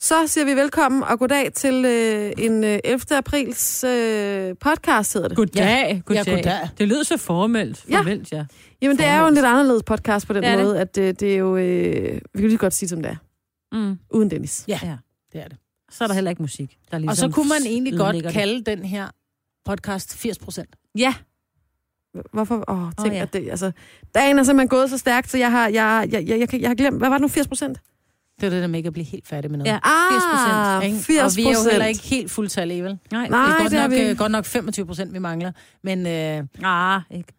Så siger vi velkommen og goddag til øh, en øh, 11. aprils øh, podcast, hedder det. Goddag, goddag. Ja, goddag. Det lød så formelt. Ja. Formelt, ja. Jamen, det er jo en lidt anderledes podcast på den Det er det. måde, at øh, det er jo... Øh, vi kan lige godt sige, som det er. Mm. Uden Dennis. Det er det. Så er der heller ikke musik. Der ligesom Og så kunne man egentlig ødelægger godt det. kalde den her podcast 80 procent. Ja, Hvorfor? Åh, tænk, Åh, oh, ja. ja. at det... Altså, dagen er simpelthen gået så stærkt, så jeg har, jeg, jeg, jeg, jeg, kan- jeg har glemt... Hvad var det nu? 80 procent? Det er det der med ikke at blive helt færdig med noget. Ja, Ah, 80%, ikke? 80 Og vi er jo heller ikke helt fuldtallige, vel? nej. Nej. det er godt, det er nok, vi- øh, godt nok 25 procent, vi mangler. Men øh, Ah, ikke.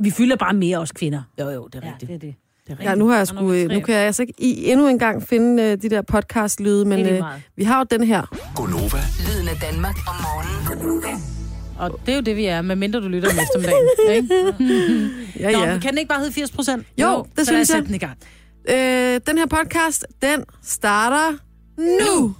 vi fylder bare mere os kvinder. jo, jo, det er Ja, rigtigt. det er det. Det er rigtigt. Ja, nu har jeg Og sgu, nummer øh, tre. nu kan jeg altså ikke i, endnu engang finde øh, de der podcast-lyde, men Det er lige øh, meget. vi har jo den her. Gonova, Lyden af Danmark om morgenen. Og det er jo det, vi er, medmindre du lytter om eftermiddagen. Ikke? Ja, Nå, ja. men kan den ikke bare hedde 80 procent? Jo, det så lad os synes sætte jeg. den i gang. Øh, den her podcast, den starter nu.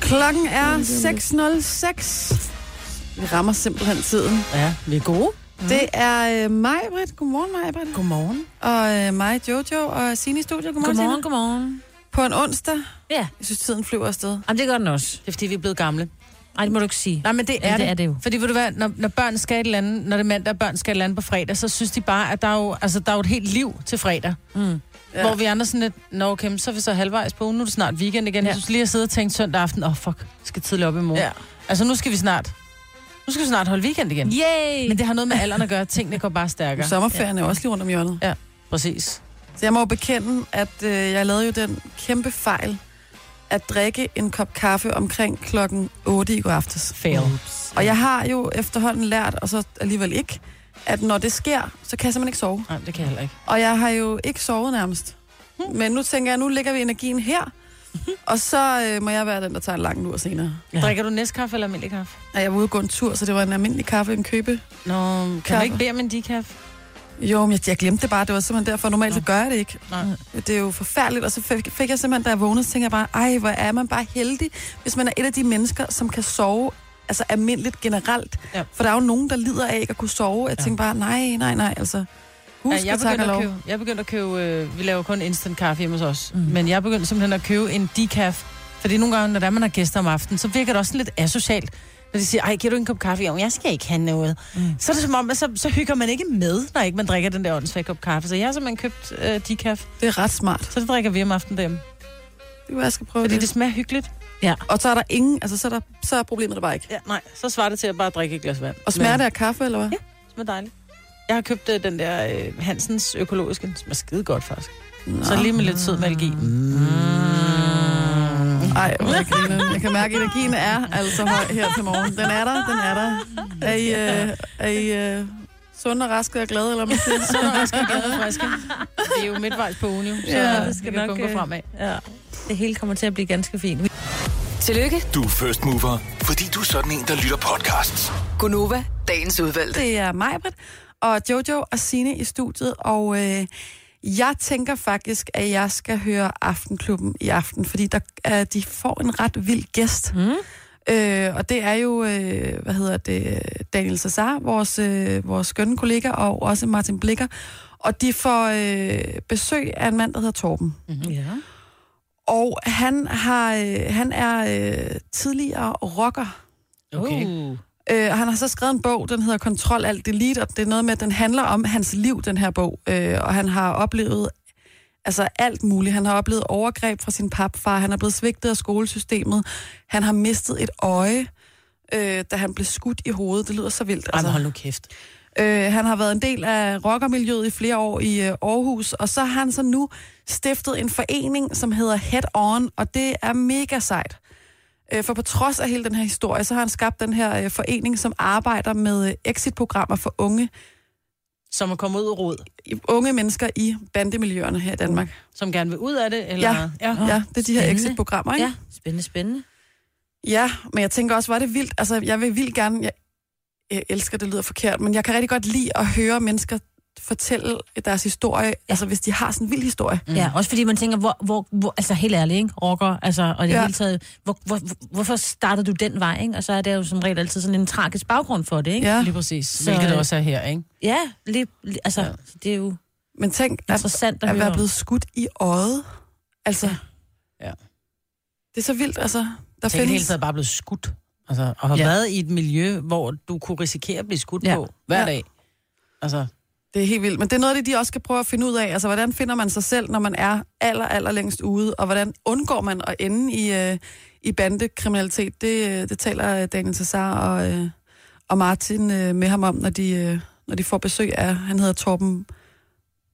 Klokken er 6.06. Vi rammer simpelthen tiden. Ja, vi er gode. Det er øh, mig, Britt. Godmorgen, mig, Britt. Godmorgen. Og øh, mig, Jojo og Signe i studiet. Godmorgen, Godmorgen, godmorgen. Signe. På en onsdag. Ja, Jeg synes, tiden flyver afsted. Jamen, det gør den også. Det er, fordi vi er blevet gamle. Nej, det må du ikke sige. Nej, men det er, Ja, det, det er det jo. Fordi ved du hvad, når, når børn skal et eller andet, når det er mandag, og børn skal et eller andet på fredag, så synes de bare, at der er jo, altså, der er jo et helt liv til fredag. Mm. Ja. Ja. Hvor vi andre sådan lidt, nå okay, men så er vi så halvvejs på ugen, nu er det snart weekend igen. Ja. Ja. Jeg synes lige at sidde og tænke søndag aften, åh oh, fuck, jeg skal tidligt op i morgen. Ja. Altså nu skal vi snart, nu skal vi snart holde weekend igen. Ja. Yay! Men det har noget med alderen at gøre, tingene går bare stærkere. Så. Sommerferien er jo også lige rundt om hjørnet. Præcis. Så jeg må jo bekende, at øh, jeg lavede jo den kæmpe fejl at drikke en kop kaffe omkring klokken 8 i går aftes. Fail. Og jeg har jo efterhånden lært, og så alligevel ikke, at når det sker, så kan jeg simpelthen ikke sove. Nej, det kan jeg heller ikke. Og jeg har jo ikke sovet nærmest. Men nu tænker jeg, nu lægger vi energien her, og så øh, må jeg være den, der tager en lang lur senere. Ja. Drikker du næstkaffe eller almindelig kaffe? Og jeg var ude og gå en tur, så det var en almindelig kaffe, en købe. Nå, kan Kaffe. du ikke bede om en decaf? Jo, men jeg, jeg glemte det bare. Det var simpelthen derfor. Normalt så Nå. gør jeg det ikke. Nej. Det er jo forfærdeligt. Og så fik, fik jeg simpelthen, da jeg vågnede, så tænkte jeg bare, ej, hvor er man bare heldig, hvis man er et af de mennesker, som kan sove altså almindeligt generelt. Ja. Ja. For der er jo nogen, der lider af ikke at kunne sove. Jeg ja. Ja. tænkte bare, nej, nej, nej, altså. Husk, Ja, jeg tak begyndte og at lov. købe, jeg begyndte at købe øh, vi laver kun instant kaffe hjemme hos os, Mm. mm. men jeg begyndte simpelthen at købe en decaf, fordi nogle gange, når der er, man har gæster om aftenen, så virker det også sådan lidt asocialt, når de siger, ej, giver du en kop kaffe? Jo, jeg skal ikke have noget. Mm. Mm. Så er det som om, at så, så hygger man ikke med, når ikke man drikker den der åndssvage kop kaffe. Så jeg har simpelthen købt øh, decaf, Det er ret smart. så det drikker vi om aftenen derhjemme. Det kan være, jeg skal prøve Fordi det. det smager hyggeligt. Og så er der ingen, altså så er, der, så er problemet der bare ikke. Ja, nej, så svarer det til at bare drikke et glas vand. Og Men- smerte af kaffe, eller hvad? Ja. Det smager dejligt. Jeg har købt øh, den der øh, Hansens økologiske. Den smager skide godt, faktisk. Nå. Så lige med lidt sød mælk i. Mm. Mm. Ej, hvor jeg griner. Jeg kan mærke, at energien er altså høj her til morgen. Den er der, den er der. Er I, øh, er I øh, sunde og raske og glade, eller hvad man siger? Så er der også glade friske. Det er jo midtvejs på ugen, jo, så Ja, ja, det det skal vi kan nok, kun gå øh, fremad. Ja, det hele kommer til at blive ganske fint. Tillykke, du er first mover, fordi du er sådan en, der lytter podcasts. Gunova, dagens udvalgte. Det er Majbrit og Jojo og Sine i studiet, og øh, jeg tænker faktisk, at jeg skal høre Aftenklubben i aften, fordi der, øh, de får en ret vild gæst. Mm. Øh, og det er jo, øh, hvad hedder det, Daniel Cesar, vores, øh, vores skønne kollega, og også Martin Blikker. Og de får øh, besøg af en mand, der hedder Torben. Ja. Og han, har, øh, han er øh, tidligere rocker. Oh. Okay. Uh. Øh, og han har så skrevet en bog, den hedder Kontrol Alt Delete, og det er noget med, at den handler om hans liv, den her bog. Øh, og han har oplevet altså alt muligt. Han har oplevet overgreb fra sin papfar, han er blevet svigtet af skolesystemet, han har mistet et øje, øh, da han blev skudt i hovedet. Det lyder så vildt. Ej, men Altså. hold nu kæft. Øh, han har været en del af rockermiljøet i flere år i øh, Aarhus, og så har han så nu stiftet en forening, som hedder Head On, og det er mega sejt. Øh, for på trods af hele den her historie, så har han skabt den her øh, forening, som arbejder med øh, exit-programmer for unge, Som at komme ud af råd, unge mennesker i bandemiljøerne her i Danmark. som gerne vil ud af det, eller... Ja. ja. Oh, ja, det er de her spændende. exit-programmer, ikke? ja, spændende, spændende. Ja, men jeg tænker også, var det vildt? Altså, jeg vil vildt gerne... Jeg, jeg elsker, det lyder forkert, men jeg kan rigtig godt lide at høre mennesker fortælle deres historie, ja. altså hvis de har sådan en vild historie. Mm. Ja, også fordi man tænker, hvor, hvor, hvor altså helt ærligt, ikke? rocker, altså, og det Ja. ja. hele taget, hvor, hvor, hvor- hvorfor startede du den vej, ikke? Og så er det jo som regel altid sådan en tragisk baggrund for det, ikke? Ja. Lige præcis. Så, Hvilket det øh, også er her, ikke? Ja, lige, lige altså, ja. det er jo... Men tænk, at, Interessant at, at høre være om. blevet skudt i øjet. Altså, Ja. det er så vildt, altså. Der Tænk, det hele findes... taget bare blevet skudt. Altså, og har Ja. ja. været i et miljø, hvor du kunne risikere at blive skudt Ja. ja. på hver Ja. ja. dag. Altså, Det er helt vildt. Men det er noget af det, de også skal prøve at finde ud af. Altså, hvordan finder man sig selv, når man er aller, aller længst ude? Og hvordan undgår man at ende i, øh, i bandekriminalitet? Det, øh, det taler øh, Daniel Cesar og, øh, og Martin øh, med ham om, når de, øh, når de får besøg af, han hedder Torben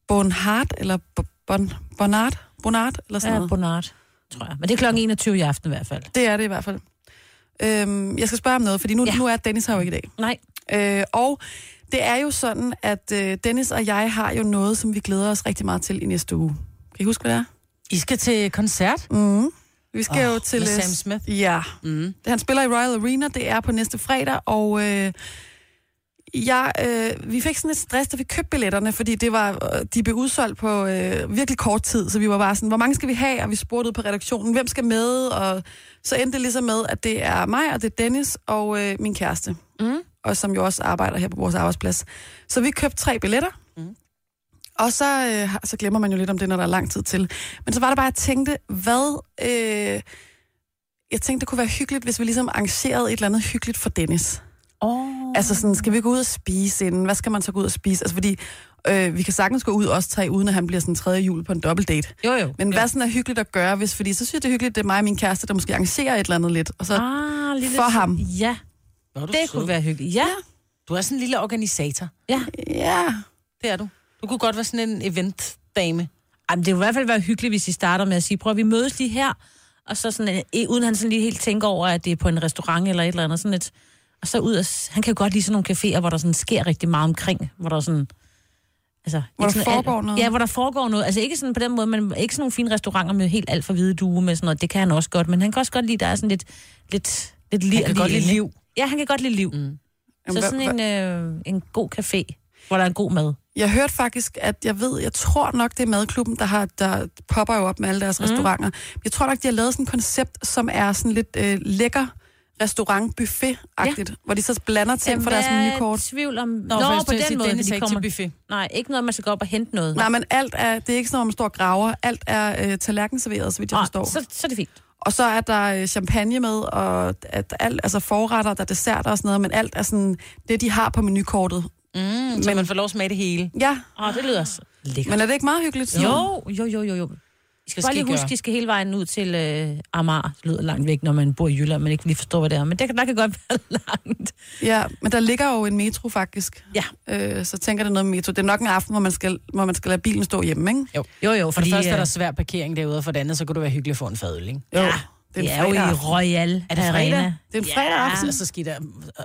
Bonhart, eller Bo- bon, Bonard, Bonard, eller sådan Ja, noget. Bonnard, tror jeg. Men det er klokken 21 i aften i hvert fald. Det er det i hvert fald. Øhm, jeg skal spørge om noget, fordi nu, Ja. ja. nu er Dennis her jo ikke i dag. Nej, Øh, og det er jo sådan, at øh, Dennis og jeg har jo noget, som vi glæder os rigtig meget til i næste uge. Kan I huske, hvad det er? I skal til koncert Mm. Vi skal Åh, jo til... med øh, Sam Smith. Ja. Mm. Mm-hmm. Han spiller i Royal Arena, det er på næste fredag, og... Øh, jeg, øh, vi fik sådan lidt stress, da vi købte billetterne, fordi det var, øh, de blev udsolgt på øh, virkelig kort tid, så vi var bare sådan, hvor mange skal vi have? Og vi spurgte ud på redaktionen, hvem skal med? Og så endte det ligesom med, at det er mig, og det er Dennis og øh, min kæreste, Mm. og som jo også arbejder her på vores arbejdsplads. Så vi købte tre billetter, og så, øh, har- så glemmer man jo lidt om det, når der er lang tid til. Men så var det bare, at jeg tænkte, hvad... Øh, jeg tænkte, det kunne være hyggeligt, hvis vi ligesom arrangerede et eller andet hyggeligt for Dennis. Oh. Altså sådan, skal vi gå ud og spise inden? Hvad skal man så gå ud og spise? Altså fordi, øh, vi kan sagtens gå ud os tre, uden at han bliver sådan tredje jul på en dobbelt date. jo jo. Men jo. hvad sådan er hyggeligt at gøre, hvis... Fordi så synes jeg, det er hyggeligt, det er mig og min kæreste, der måske arrangerer et eller andet lidt. Og så, ah, Ah, lille for ham. Ja, Hvor er du det sød. kunne være hyggeligt. Ja, Du er sådan en lille organisator. ja, Det er du. Du kunne godt være sådan en eventdame. Jamen, det ville i hvert fald være hyggeligt, hvis I starter med at sige, prøv at vi mødes lige her, og så sådan, øh, uden han sådan lige helt tænker over, at det er på en restaurant eller et eller andet, sådan lidt, og så ud og, s- han kan jo godt lide sådan nogle caféer, hvor der sådan sker rigtig meget omkring, hvor der sådan, altså... Hvor ikke der sådan foregår alt, noget. Ja, hvor der foregår noget, altså ikke sådan på den måde, men ikke sådan nogle fine restauranter med helt alt for hvide duge med sådan noget, det kan han også godt, men han kan også godt lide, der er sådan lidt, lidt, lidt lir- Jeg kan godt lige inde. lide liv. Ja, han kan godt lide liv. Mm. Jamen, Så hvad- sådan en, øh, en god café, hvor der er en god mad. Jeg hørte faktisk, at jeg ved, jeg tror nok, det er madklubben, der, har, der popper jo op med alle deres mm. restauranter. Jeg tror nok, de har lavet sådan et koncept, som er sådan lidt øh, lækker restaurant-buffet-agtigt, ja. hvor de så blander ting fra deres Hvad er menukort. tvivl om... Nå, for jeg Nå skulle på til at den sige, måde, Dennis er de ikke kommer... til buffet. Nej, ikke noget, man skal gå op og hente noget. Nej, men alt er, det er ikke sådan, hvor man står og graver. Alt er øh, tallerkenserveret, så vidt Nå, jeg forstår. så, så er det fint. Og så er der øh, champagne med, og at alt, altså forretter, der er desserter og sådan noget, men alt er sådan det, de har på menukortet. Mm, så man får lov at smage det hele. Ja, Åh, det lyder så lækkert. men er det ikke meget hyggeligt? sådan? Jo, jo, jo, jo, jo. I skal Bare lige husk, I skal hele vejen ud til øh, Amager. Det lyder langt væk, når man bor i Jylland, men ikke lige forstår, hvad det er. Men det, kan- der kan godt være langt. Ja, men der ligger jo en metro faktisk. Ja. Øh, så tænker det noget med metro. Det er nok en aften, hvor man skal, hvor man skal lade bilen stå hjemme, ikke? Jo, jo, For fordi... det første er der øh, svær parkering derude, og for det andet, så kunne det være hyggeligt at få en fadøl, ikke? Jo, Ja, det er, en det er jo fredag i aften. Royal Er det fredag? Arena. Det er en fredag aften. Ja. Så skidt af,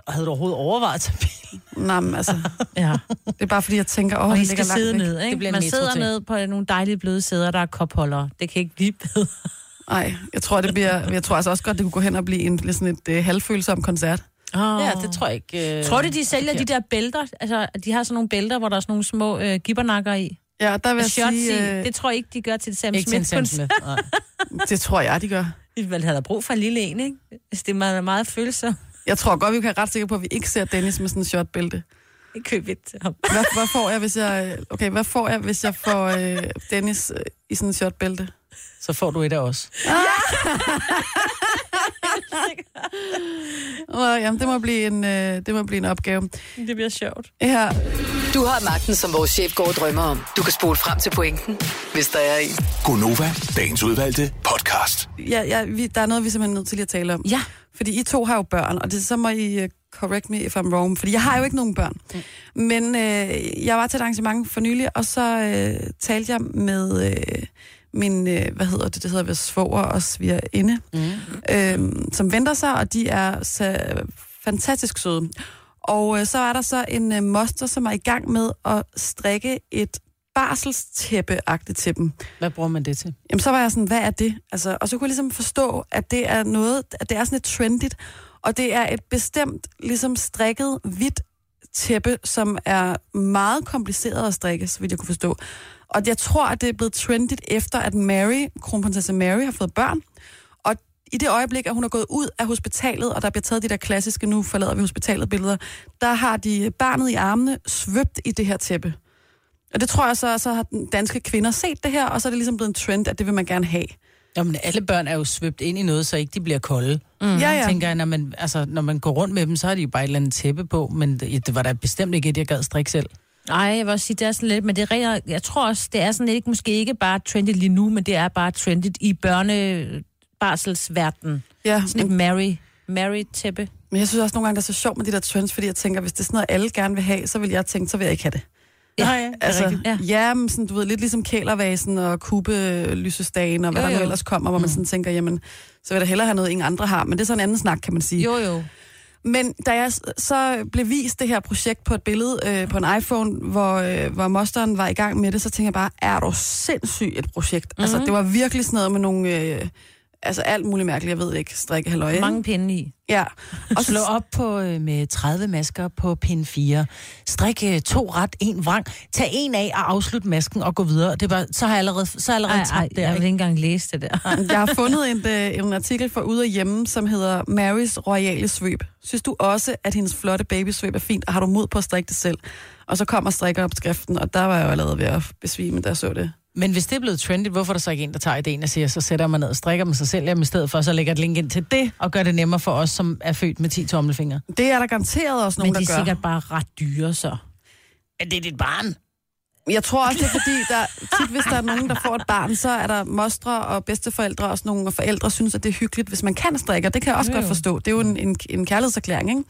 havde du overhovedet overvejet at tage bilen? Nej, men altså, Ja. det er bare fordi, jeg tænker, åh, Og oh, I det skal ligger langt sidde væk. ned, ikke? Det bliver en man metro sidder til. ned på nogle dejlige bløde sæder, der er kopholdere. Det kan ikke blive bedre. Nej, jeg tror, det bliver, jeg tror altså også godt, det kunne gå hen og blive en, lidt sådan et øh, halvfølsom koncert. Oh. Ja, det tror jeg ikke. Øh, Tror du, de sælger de der bælter? Altså, de har sådan nogle bælter, hvor der er sådan nogle små øh, gibbernakker i. Ja, der vil jeg Shots i. sige, øh, Det tror jeg ikke, de gør til Sam ikke til en Smith. Sam Smith. Nej. det tror jeg, de gør. Vi vel havde brug for en lille en, ikke? Hvis det er meget, meget følsomt. Jeg tror godt, vi kan være ret sikre på, at vi ikke ser Dennis med sådan en shotbælte. Ikke køb et til ham. Hvad, hvad, får jeg, hvis jeg, okay, hvad får jeg, hvis jeg får øh, Dennis øh, i sådan en shotbælte? Så får du et af os. Åh, jamen, det må blive en, øh, det må blive en opgave. Det bliver sjovt. Ja, Du har magten, som vores chef går og drømmer om. Du kan spole frem til pointen, hvis der er en. Gonova, dagens udvalgte podcast. ja, ja vi, der er noget, vi simpelthen er nødt til lige at tale om. Ja. Fordi I to har jo børn, og det, så må I øh, correct me if I'm wrong, fordi jeg har jo ikke nogen børn. Mm. Men øh, jeg var til et arrangement for nylig, og så øh, talte jeg med øh, min, øh, hvad hedder det, det hedder ved svoger og svigerinde, mm. øh, som venter sig, og de er så fantastisk søde. Og øh, så er der så en øh, moster, som er i gang med at strikke et barselstæppe-agtigt til dem. Hvad bruger man det til? Jamen, så var jeg sådan, hvad er det? Altså, og så kunne jeg ligesom forstå, at det er noget, at det er sådan et trendigt, og det er et bestemt, ligesom strikket, hvidt tæppe, som er meget kompliceret at strikke, så vidt jeg kunne forstå. Og jeg tror, at det er blevet trendigt efter, at Mary, kronprinsesse Mary, har fået børn. Og i det øjeblik, at hun er gået ud af hospitalet, og der bliver taget de der klassiske, nu forlader vi hospitalet billeder, der har de barnet i armene svøbt i det her tæppe. Og det tror jeg så, så har den danske kvinder set det her, og så er det ligesom blevet en trend, at det vil man gerne have. Jamen, alle børn er jo svøbt ind i noget, så ikke de bliver kolde. Mm. Ja, Ja. ja. Tænker jeg, når man, altså, når man går rundt med dem, så har de jo bare et eller andet tæppe på, men det, det var da bestemt ikke et, jeg gad strikke selv. Nej, jeg vil også sige, det er sådan lidt, men det er, rigtig- jeg tror også, det er sådan lidt, ikke- måske ikke bare trendy lige nu, men det er bare trendy i børnebarselsverdenen. Ja, Sådan et Mary, Mary-tæppe. men jeg synes også nogle gange, det er så sjovt med de der trends, fordi jeg tænker, hvis det er sådan noget, alle gerne vil have, så vil jeg tænke, så vil jeg ikke have det. Ja, Nej, Altså, Ja. ja. ja men sådan, du ved, lidt ligesom kælervasen og kubelysestagen og hvad Jo, jo, jo. der jo. Mm. nu ellers kommer, hvor man sådan tænker, jamen, så vil jeg da hellere have noget, ingen andre har. Men det er så en anden snak, kan man sige. Jo, jo. Men da jeg s- så blev vist det her projekt på et billede øh, på en iPhone, hvor, øh, hvor mosteren var i gang med det, så tænkte jeg bare, er du sindssygt et projekt? Mm-hmm. Mhm. Altså, det var virkelig sådan noget med nogle... Øh, altså alt muligt mærkeligt, jeg ved ikke, strikke halløj. Mange pinde i. Ja. Og slå op på, øh, med 30 masker på pin 4. Strik øh, to ret, en vrang. Tag en af og afslut masken og gå videre. Det var, så har jeg allerede, så har jeg allerede Ej, ej, ej, tabt det. jeg vil Ej, ikke engang læse det der. Jeg har fundet en, øh, en artikel fra Ude og Hjemme, som hedder Marys Royale Sweep. Synes du også, at hendes flotte baby sweep er fint, og har du mod på at strikke det selv? Og så kommer strikkeopskriften, og der var jeg jo allerede ved at besvime, da jeg så det. Men hvis det er blevet trendy, hvorfor er der så ikke en, der tager ideen og siger, så sætter man ned og strikker mig sig selv hjem i stedet for, så lægger et link ind til det, og gør det nemmere for os, som er født med 10 tommelfingre. Det er der garanteret også Men nogen, de der er gør. sikkert bare ret dyre, så. Men det er dit barn. Jeg tror også, det er fordi, der, tit hvis der er nogen, der får et barn, så er der mostre og bedsteforældre og sådan nogle, og forældre synes, at det er hyggeligt, hvis man kan strikke, og det kan jeg også Jo, godt jo. forstå. Det er jo en, en, en kærlighedserklæring, ikke?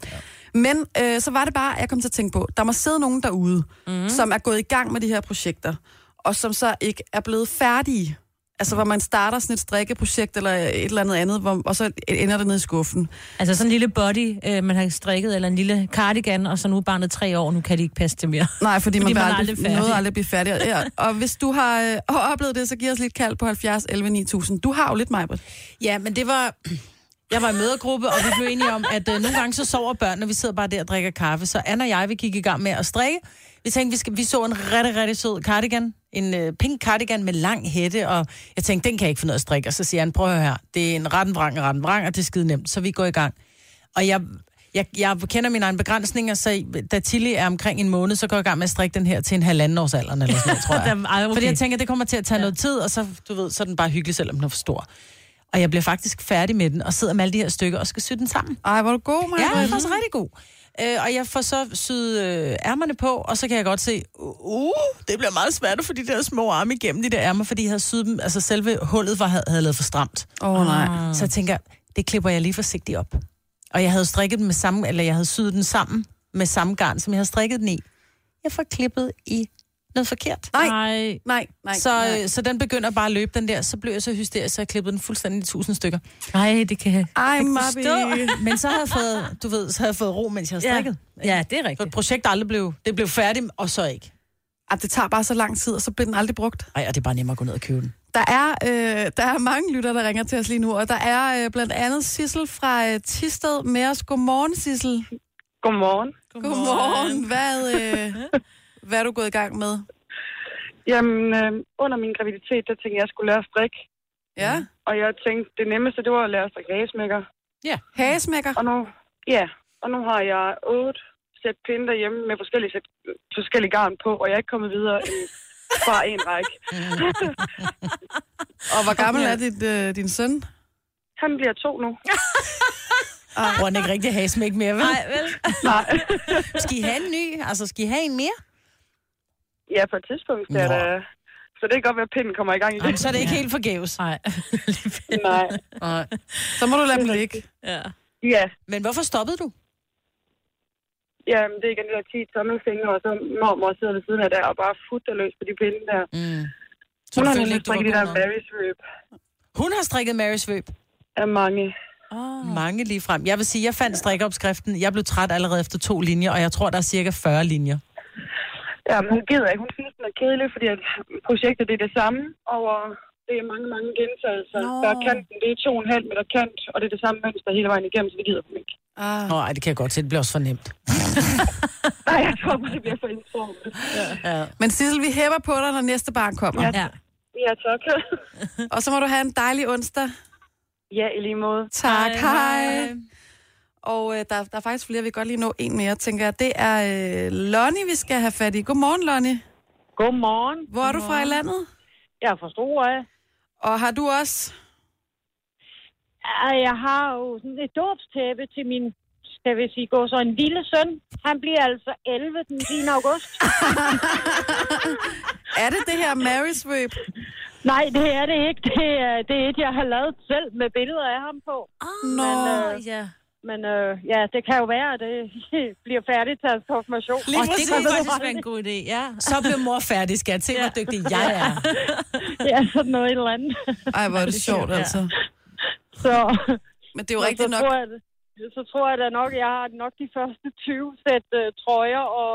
Men øh, så var det bare, at jeg kom til at tænke på, der må sidde nogen derude, Mhm. mm. som er gået i gang med de her projekter, og som så ikke er blevet færdige. Altså, hvor man starter sådan et strikkeprojekt eller et eller andet andet, hvor, og så ender det ned i skuffen. Altså sådan en lille body, øh, man har strikket, eller en lille cardigan, og så nu er barnet tre år, nu kan de ikke passe til mere. Nej, fordi, Fordi man man, man er aldrig, aldrig aldrig færdig. nåede aldrig at blive færdig. Ja, og hvis du har øh, oplevet det, så giv os lidt kald på 70 11 9000. Du har jo lidt, Majbert. Ja, men det var... Jeg var i mødergruppe, og vi blev enige om, at øh, nogle gange så sover børn, når vi sidder bare der og drikker kaffe. Så Anna og jeg, vi gik i gang med at strikke. Vi tænkte, vi, skal, vi så en rigtig, rigtig sød cardigan. En øh, pink cardigan med lang hætte, og jeg tænkte, den kan jeg ikke finde ud af at strikke. Og så siger han, prøv at høre her, det er en rettenvrang, rettenvrang, og det er skide nemt. Så vi går i gang. Og jeg, jeg, jeg kender mine egne begrænsninger, så da Tilly er omkring en måned, så går jeg i gang med at strikke den her til en halvanden års alderen, eller sådan noget, tror jeg. Der- ej, okay. Fordi jeg tænker, det kommer til at tage ja. noget tid, og så, du ved, så er den bare hyggelig, selvom den er for stor. Og jeg bliver faktisk færdig med den, og sidder med alle de her stykker og skal sy den sammen. Ej, hvor er du god, Ja, Maja. den er faktisk rigtig god. Øh, og jeg får så syet øh, ærmerne på, og så kan jeg godt se, uh, det bliver meget svært at få de der små arme igennem de der ærmer, fordi jeg havde syet dem, altså selve hullet var, havde, havde jeg lavet for stramt. Åh, oh, nej. Mm. Så jeg tænker, det klipper jeg lige forsigtigt op. Og jeg havde strikket den med samme, eller jeg havde syet den sammen med samme garn, som jeg havde strikket den i. Jeg får klippet i noget forkert. Nej, Nej. nej, nej. Så, nej. øh, så den begynder bare at løbe, den der. Så blev jeg så hysterisk, så jeg klippede den fuldstændig i tusind stykker. Nej, det kan jeg Ej, ikke Mabi. Men så har jeg fået, du ved, så har jeg fået ro, mens jeg har strikket. Ja. ja, det er Så et rigtigt. projekt der aldrig blev, det blev færdigt, og så ikke. Ej, det tager bare så lang tid, og så bliver den aldrig brugt. Nej, og det er bare nemmere at gå ned og købe den. Der er, øh, der er mange lytter, der ringer til os lige nu, og der er øh, blandt andet Sissel fra øh, Tisted med os. Godmorgen, Sissel. Godmorgen. Godmorgen. Hvad, øh, hvad er du gået i gang med? Jamen, øh, under min graviditet, der tænkte jeg, at jeg skulle lære at strikke. Ja. Og jeg tænkte, det nemmeste, det var at lære at strikke hagesmækker. Hagesmækker. Og nu, ja, og nu har jeg otte sæt pinde derhjemme med forskellige, sæt, forskellige garn på, og jeg er ikke kommet videre end bare en række. Mm. Og hvor gammel er dit, øh, din søn? Han bliver to nu. Bruger den ikke rigtig hasmæk mere, vel? Nej. vel? Nej. Skal I have en ny? Altså, skal I have en mere? ja, på et tidspunkt skal jeg Nå. da... Så det kan godt være, at pinden kommer i gang igen. Jamen, så er det ikke helt forgæves. Nej. Nej. Nej. Så må du lade dem ligge. ja. Ja, Men hvorfor stoppede du? jamen, det er igen de der 10 tommelfingre, og så mormor sidder ved siden af der og bare futter løs på de pinde der. Mm. Så Hun du har følte nemlig ikke, du var strikket det der god nok? Mary Sweep Hun har strikket Ah. Mary Svøb. af mange. Mange lige frem. Jeg vil sige, jeg fandt strikkeopskriften. Jeg blev træt allerede efter to linjer, og jeg tror, der er cirka 40 linjer. Ja, men hun gider ikke. Hun synes, den er kedelig, fordi at projektet det er det samme over det er mange, mange gentagelser. Nå. Der er kanten, det er to og en halv meter kant, og det er det samme mønster hele vejen igennem, så det gider hun ikke. Ah. Nå, ej, det kan jeg godt se. Det bliver også for nemt. Nej, jeg tror, det bliver for informt. Men Sissel, vi hæpper på dig, når næste barn kommer. Ja. ja. Ja, tak. Og så må du have en dejlig onsdag. ja, i lige måde. Tak, hej. hej. Og øh, der, der er faktisk flere, vi kan godt lige nå en mere, tænker jeg. Det er øh, Lonnie, vi skal have fat i. Godmorgen, Lonnie. Godmorgen. Hvor er du fra i landet? Jeg er fra Storøje. Og har du også... Ej, Jeg har jo sådan et dåbstæppe til min, skal vi sige, gå så en lille søn. Han bliver altså 11 den 10. august. Er det det her marriage rape? Nej, det er det ikke. Det er, det er et, jeg har lavet selv med billeder af ham på. øh, Nå, Ah, ja. Men øh, ja, det kan jo være, at det bliver færdigt til hans konfirmation. Lige Og det præcis. kunne faktisk være en god idé, ja. Så bliver mor færdig, skat. Se, hvor dygtig jeg er. Ja, sådan noget et eller andet. Ej, hvor er det sjovt, altså. Så, Men det er jo så, rigtigt nok... tror jeg, det- så tror jeg da nok, jeg har nok de første 20 sæt øh, trøjer og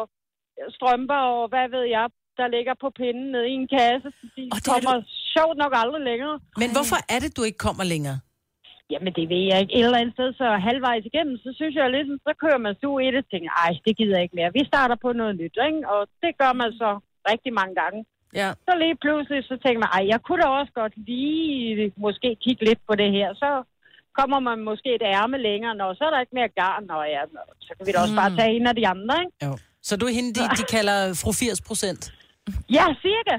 strømper og hvad ved jeg, der ligger på pinden nede i en kasse. De Og det er kommer sjovt nok aldrig længere. Men hvorfor er det, du ikke kommer længere? Jamen, det ved jeg ikke. Et eller andet sted, så halvvejs igennem, så synes jeg lidt, så kører man stue i det og tænker, ej, det gider jeg ikke mere. Vi starter på noget nyt, ikke? Og det gør man så rigtig mange gange. Ja. Så lige pludselig, så tænker man, ej, jeg kunne da også godt lige måske kigge lidt på det her. Så kommer man måske et ærme længere, og så er der ikke mere garn, og ja, nå, så kan vi da også Mm. bare tage en af de andre, ikke? Hmm. Jo. Så du er hende, de, de kalder fru 80 procent. Ja, cirka.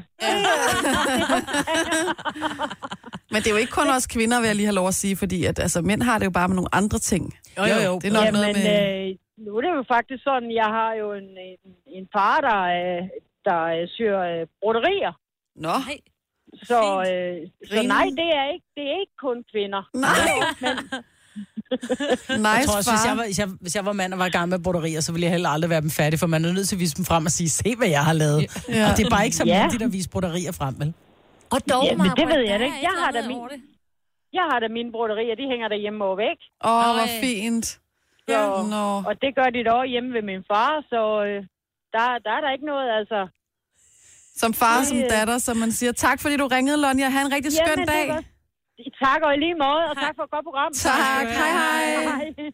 Men det er jo ikke kun os kvinder, vil jeg lige have lov at sige, fordi at, altså, mænd har det jo bare med nogle andre ting. Jo, jo, jo. Det er nok Jamen, noget med... øh, nu er det jo faktisk sådan, jeg har jo en, en, en far, der, øh, der øh, syr øh, broderier. Nå, Nej. Så, Fint. øh, så Grineren. nej, det er, ikke, det er ikke kun kvinder. nej. Jeg Nice, tror også, hvis jeg, far. var, hvis, jeg, hvis jeg var mand og var i gang med broderier, så ville jeg heller aldrig være dem færdig, for man er nødt til at vise dem frem og sige, se hvad jeg har lavet. Ja. Ja. Og det er bare ikke så Ja. vigtigt at vise broderier frem, vel? Og dog, Jamen, det Marbrit, ved der jeg da er ikke. et Jeg eller har da andet min- over det. Jeg har da mine broderier, de hænger derhjemme over væk. Åh, oh, hvor Ej. fint. Så, Nå. Og det gør de da også hjemme ved min far, så øh, der, der er der ikke noget, altså. Som far og som Det, øh, datter, som man siger. Tak, fordi du ringede, Lonja. Ha' en rigtig skøn Jamen, det er dag. godt. Tak, og i lige måde, og tak for et godt program. Tak. Hej, hej. hej.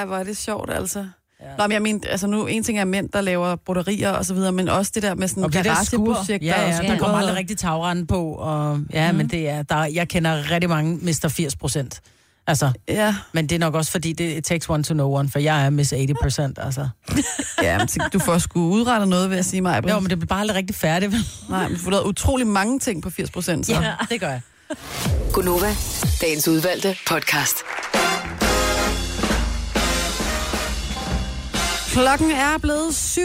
Ej, hvor er det sjovt, altså. Ja. Nå, men jeg mener, altså nu, en ting er mænd, der laver broderier og så videre, men også det der med sådan Og det der skur, garageprojekter. ja, og ja, sådan der kommer noget. aldrig rigtig tagrende på. Og, ja, mm. men det er, der, jeg kender rigtig mange Mr. 80 procent. Altså, Ja, men det er nok også, fordi det it takes one to know one, for jeg er Miss 80 procent, altså. ja men tænk, du får sgu udrettet noget ved at sige mig. Jo, men det bliver bare aldrig rigtig færdigt, vel? Nej, men du får lavet utrolig mange ting på 80 procent, så. Ja. det gør jeg. Gunova, dagens udvalgte podcast. Klokken er blevet 7.07.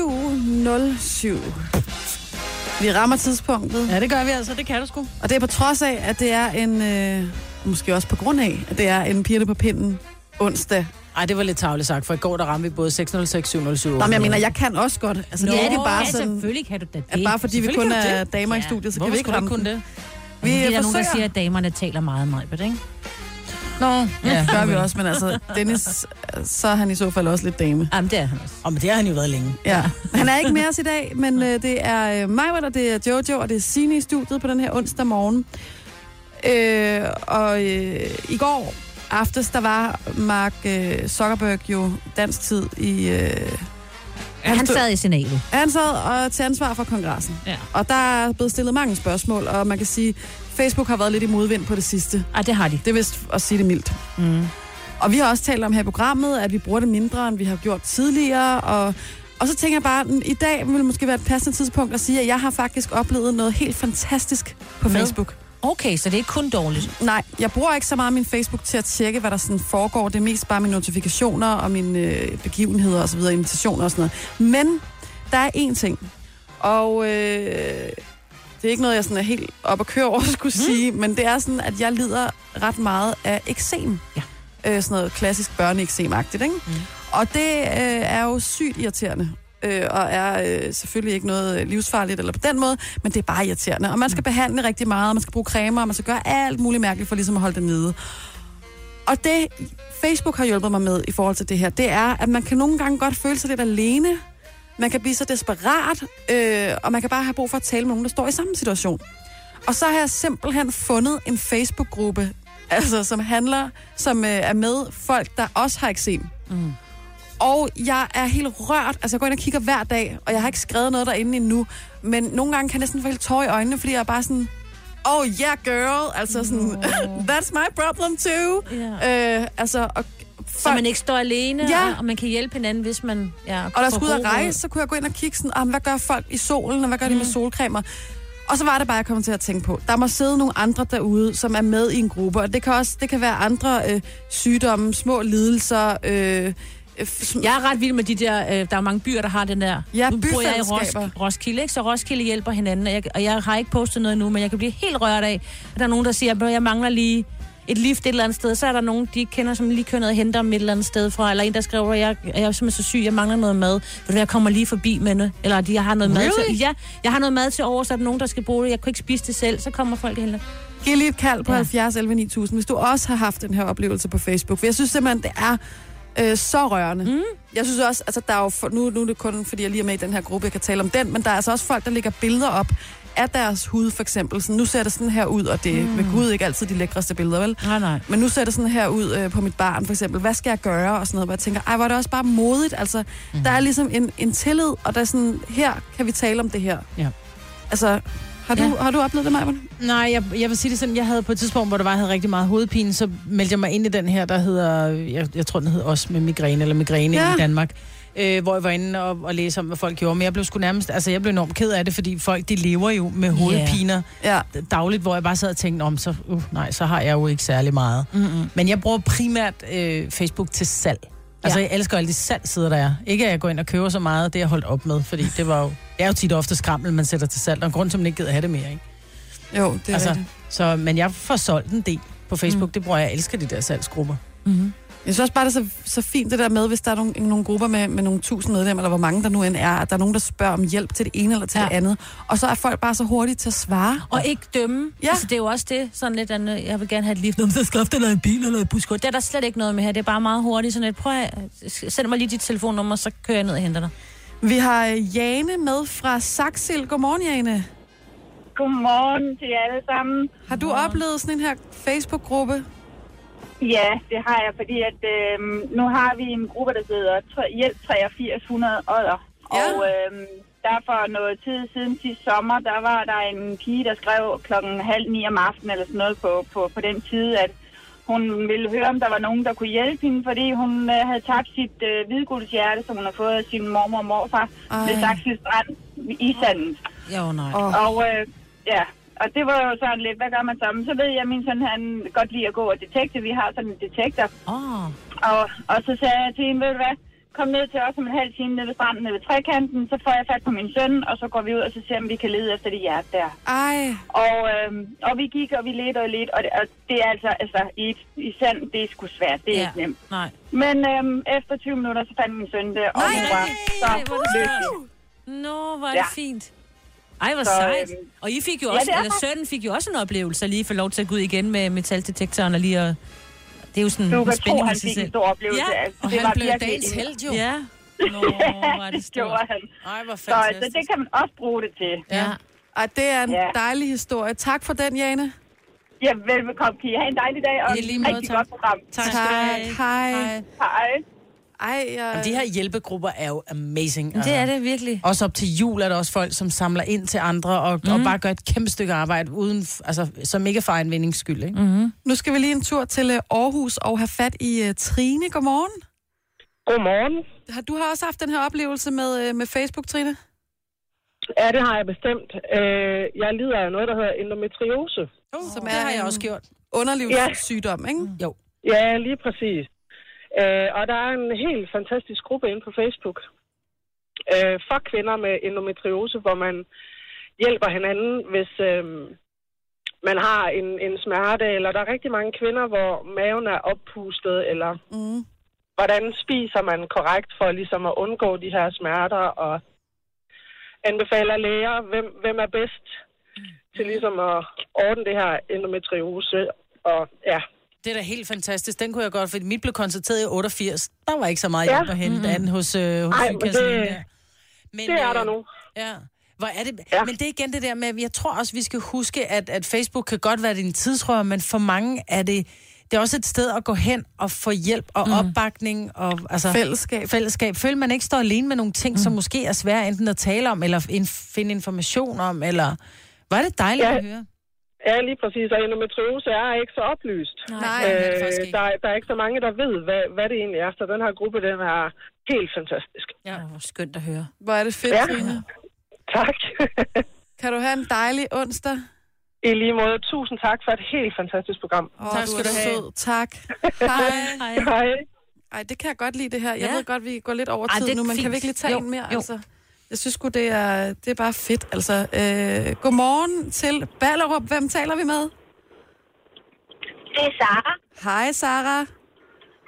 Vi rammer tidspunktet, Ja, det gør vi altså, det kan du sgu. og det er på trods af, at det er en, øh, måske også på grund af, at det er en pirte på pinden onsdag. Ej, det var lidt tavligt sagt, for i går der ramte vi både 606, 707 Nå, men jeg mener, jeg kan også godt. Altså, Nå, det er det bare ja, sådan, selvfølgelig kan du da at det. bare fordi vi kun Selvfølgelig kan du er damer i Ja. studiet, så Hvorfor kan vi ikke skulle du ramme kun den. det? Vi Det er der forsøger. nogen, der siger, at damerne taler meget, Majbert, ikke? Nå, Ja, ja. det gør vi også, men altså, Dennis, øh, så er han i så fald også lidt dame. Jamen, det er han også. Og men det har han jo været længe. Ja. Han er ikke med os i dag, men øh, det er øh, mig, og det er Jojo, og det er Signe i studiet på den her onsdag morgen. Øh, og øh, i går aftes, der var Mark øh, Zuckerberg jo dansk tid i... Øh, han, Han stod- sad i senatet. Han sad og til ansvar for kongressen. Ja. Og der er blevet stillet mange spørgsmål, og man kan sige, Facebook har været lidt i modvind på det sidste. Ah, det har de. Det er vist at sige det mildt. Mm. Og vi har også talt om her i programmet, at vi bruger det mindre, end vi har gjort tidligere. Og, og så tænker jeg bare, at i dag vil måske være et passende tidspunkt at sige, at jeg har faktisk oplevet noget helt fantastisk på Hvad? Facebook. Okay, så det er ikke kun dårligt. Nej, jeg bruger ikke så meget min Facebook til at tjekke, hvad der sådan foregår. Det er mest bare mine notifikationer og mine øh, begivenheder og så videre, invitationer og sådan noget. Men der er én ting, og øh, det er ikke noget, jeg sådan er helt op at køre over, skulle Mm. sige, men det er sådan, at jeg lider ret meget af eksem. Ja. Øh, sådan noget klassisk børneeksem-agtigt, ikke? Mm. Og det øh, er jo sygt irriterende. Øh, og er øh, selvfølgelig ikke noget øh, livsfarligt eller på den måde, men det er bare irriterende. Og man skal behandle rigtig meget, og man skal bruge cremer, og man skal gøre alt muligt mærkeligt for ligesom at holde det nede. Og det Facebook har hjulpet mig med i forhold til det her, det er, at man kan nogle gange godt føle sig lidt alene. Man kan blive så desperat, øh, og man kan bare have brug for at tale med nogen, der står i samme situation. Og så har jeg simpelthen fundet en Facebook-gruppe, altså som handler, som øh, er med folk, der også har eksem. Mm. Og jeg er helt rørt. Altså, jeg går ind og kigger hver dag, og jeg har ikke skrevet noget derinde endnu. Men nogle gange kan jeg næsten få helt tår i øjnene, fordi jeg er bare sådan, oh yeah girl, altså sådan, that's my problem too. Ja. Øh, altså, og Så man ikke står alene, Ja. og, og man kan hjælpe hinanden, hvis man... Ja, og får der skulle ud gode og råd. rejse, så kunne jeg gå ind og kigge sådan, ah, men hvad gør folk i solen, og hvad gør de Mm. med solcremer? Og så var det bare, jeg kom til at tænke på, der må sidde nogle andre derude, som er med i en gruppe, og det kan også det kan være andre øh, sygdomme, små lidelser, øh, øh, sm- Jeg er ret vild med de der, øh, der er mange byer, der har den der. Ja, nu bor jeg i byfællesskaber. Rosk, Roskilde, ikke? så Roskilde hjælper hinanden, og jeg, og jeg har ikke postet noget endnu, men jeg kan blive helt rørt af, at der er nogen, der siger, at jeg mangler lige et lift et eller andet sted, så er der nogen, de ikke kender, som lige kører noget og henter dem et eller andet sted fra, eller en, der skriver, at jeg, jeg er simpelthen så syg, jeg mangler noget mad, for jeg kommer lige forbi med det, eller de, jeg har noget mad til. Ja, jeg har noget mad til over, så er der nogen, der skal bruge det, jeg kunne ikke spise det selv, så kommer folk og henter. Giv lige et kald på ja. Ja. 70 11 9000, hvis du også har haft den her oplevelse på Facebook. For jeg synes simpelthen, det er øh, så rørende. Mm. Jeg synes også, altså der er jo, for, nu, nu er det kun, fordi jeg lige er med i den her gruppe, jeg kan tale om den, men der er altså også folk, der lægger billeder op af deres hud, for eksempel. Sådan, nu ser det sådan her ud, og det er mm. ved Gud ikke altid de lækreste billeder, vel? Nej, nej. Men nu ser det sådan her ud øh, på mit barn, for eksempel. Hvad skal jeg gøre? Og sådan noget, hvor jeg tænker, ej, hvor er det også bare modigt. Altså, mm. der er ligesom en, en tillid, og der er sådan, her kan vi tale om det her. Ja. Altså, har du, Ja. ja. har du oplevet det, Maja? Nej, jeg, jeg vil sige det sådan, jeg havde på et tidspunkt, hvor der var, jeg havde rigtig meget hovedpine, så meldte jeg mig ind i den her, der hedder, jeg, jeg tror den hedder også med migræne, eller migræne Ja. ja. i Danmark, øh, hvor jeg var inde og, og læse om, hvad folk gjorde, men jeg blev sgu nærmest, altså jeg blev enormt ked af det, fordi folk, de lever jo med hovedpiner Ja. yeah. dagligt, hvor jeg bare sad og tænkte, om så, uh, nej, så har jeg jo ikke særlig meget. Mm-hmm. Men jeg bruger primært øh, Facebook til salg. Altså, ja. jeg elsker alle de salgsider, der er. Ikke at jeg går ind og køber så meget, det er jeg holdt op med, fordi det var jo, det er jo tit og ofte skrammel, man sætter til salg, og en grund til, at man ikke gider have det mere, ikke? Jo, det er altså, Altså, så, men jeg får solgt en del på Facebook. Mm. Det bruger jeg. Jeg elsker de der salgsgrupper. Jeg synes også bare, det er så, så fint det der med, hvis der er nogle, nogle grupper med, med nogle tusind medlemmer, eller hvor mange der nu end er, at der er nogen, der spørger om hjælp til det ene eller til ja. Ja. det andet. Og så er folk bare så hurtige til at svare. Og ikke dømme. Ja. Ja. Altså, det er jo også det, sådan lidt, andet, jeg vil gerne have et liv, når man skal eller en bil eller et buskort. Det er der slet ikke noget med her. Det er bare meget hurtigt. Sådan lidt, prøv at, send mig lige dit telefonnummer, så kører jeg ned og henter dig. Vi har øh, Jane med fra Saxil. Godmorgen, Jane. Godmorgen til jer alle sammen. Har du oplevet sådan en her Facebook-gruppe? Ja, det har jeg, fordi at øh, nu har vi en gruppe, der hedder Tr- Hjælp 8300 Odder. Ja. Ja. Og øh, der for noget tid siden sidste sommer, der var der en pige, der skrev klokken halv ni om aftenen eller sådan noget på, på, på den tid, at hun ville høre, om der var nogen, der kunne hjælpe hende, fordi hun øh, havde tabt sit øh, hvidguldshjerte, som hun har fået af sin mormor og morfar Ej. ved Ej. Saxil Strand i Sanden. Jo, nej. Og, Og øh, ja, og det var jo sådan lidt, hvad gør man så? Men så ved jeg, at min søn, han godt lide at gå og detekte. Vi har sådan en detektor. Åh, oh, Og, og så sagde jeg til hende, ved du hvad, kom ned til os om en halv time nede ved stranden, nede ved trekanten, så får jeg fat på min søn, og så går vi ud og så ser, om vi kan lede efter det hjerte der. ej, Og, øhm, og vi gik, og vi ledte og ledte, og det, og det er altså, altså i, i sand, det er sgu svært, det ja. er ikke nemt. Nej. Men øhm, efter 20 minutter, så fandt min søn det, og Nej, hun var så hvor er det lykkelig. stort. Nå, hvor er det Ja. fint. Ej, hvor Så, sejt. øhm, Og I fik jo ja, også, det er eller faktisk- sønnen fik jo også en oplevelse at lige få lov til at gå ud igen med metaldetektoren og lige at... Det er jo sådan Du en kan tro, spænding i han sig fik en selv. stor oplevelse. Ja, altså, Og det han var blev virkelig dagens en- held, jo. Ja. Ja. Nå, hvor er det det gjorde stort. han. Ej, hvor Så, så det fantastisk. kan man også bruge det til. Ja. ej, det er en Ja. dejlig historie. Tak for den, Jane. Ja, velbekomme, Pia. Ha' en dejlig dag, og I lige et måde, rigtig tak. godt program. Tak. Tak. Hej. Hej. Hej. Ej, jeg... De her hjælpegrupper er jo amazing. altså. Men det er det virkelig. Også op til jul er der også folk, som samler ind til andre og, mm. og bare gør et kæmpe stykke arbejde, uden, f- altså, som ikke er for en vindings skyld. Ikke? Mm. Nu skal vi lige en tur til øh, Aarhus og have fat i øh, Trine. Godmorgen. Godmorgen. Har du har også haft den her oplevelse med, øh, med Facebook, Trine? Ja, det har jeg bestemt. Øh, jeg lider af noget, der hedder endometriose. Uh, som Det har jeg også gjort. underlivssygdom, ja. ikke? Jo. Ja, lige præcis. Øh, og der er en helt fantastisk gruppe inde på Facebook øh, for kvinder med endometriose, hvor man hjælper hinanden, hvis øh, man har en, en smerte, eller der er rigtig mange kvinder, hvor maven er oppustet, eller Mm. hvordan spiser man korrekt for ligesom at undgå de her smerter, og anbefaler læger, hvem, hvem er bedst til ligesom at ordne det her endometriose, og ja, Det er da helt fantastisk. Den kunne jeg godt, fordi mit blev konstateret i 88. Der var ikke så meget Ja. Mm-hmm. hjælp at hente mm. hos, øh, hos Ej, men sygekassen det- inde der. men det er der øh, nu. Ja. Hvor er det? Ja. Ja. Men det er igen det der med, at jeg tror også, vi skal huske, at, at Facebook kan godt være din tidsrøver, men for mange er det, det er også et sted at gå hen og få hjælp og mm. Mm-hmm. opbakning og altså, Fællesskab. fællesskab. Føl, man ikke står alene med nogle ting, mm. som måske er svære enten at tale om, eller in, finde information om, eller... Hvor er det dejligt ja. Ja. at høre. Ja, lige præcis. Og endometriose er ikke så oplyst. Nej, det er det Øh, faktisk ikke. der, er- der er ikke så mange, der ved, hvad, hvad det egentlig er. Så den her gruppe, den er helt fantastisk. Ja. Åh, hvor skønt at høre. Hvor er det fedt, ja. Ja. Trine. Tak. Kan du have en dejlig onsdag? I lige måde, tusind tak for et helt fantastisk program. Oh, Tak skal du du er have. sød. Tak. Hej. Hej. Hej. Ej, det kan jeg godt lide, det her. Jeg ja. Ja. ved godt, vi går lidt over Ej, tid det er nu, men kan fint. vi ikke lige tage Jo, en mere? jo. Altså? Jeg synes sgu, det er, det er bare fedt. Altså, øh, godmorgen til Ballerup. Hvem taler vi med? Det er Sara. Hej, Sara.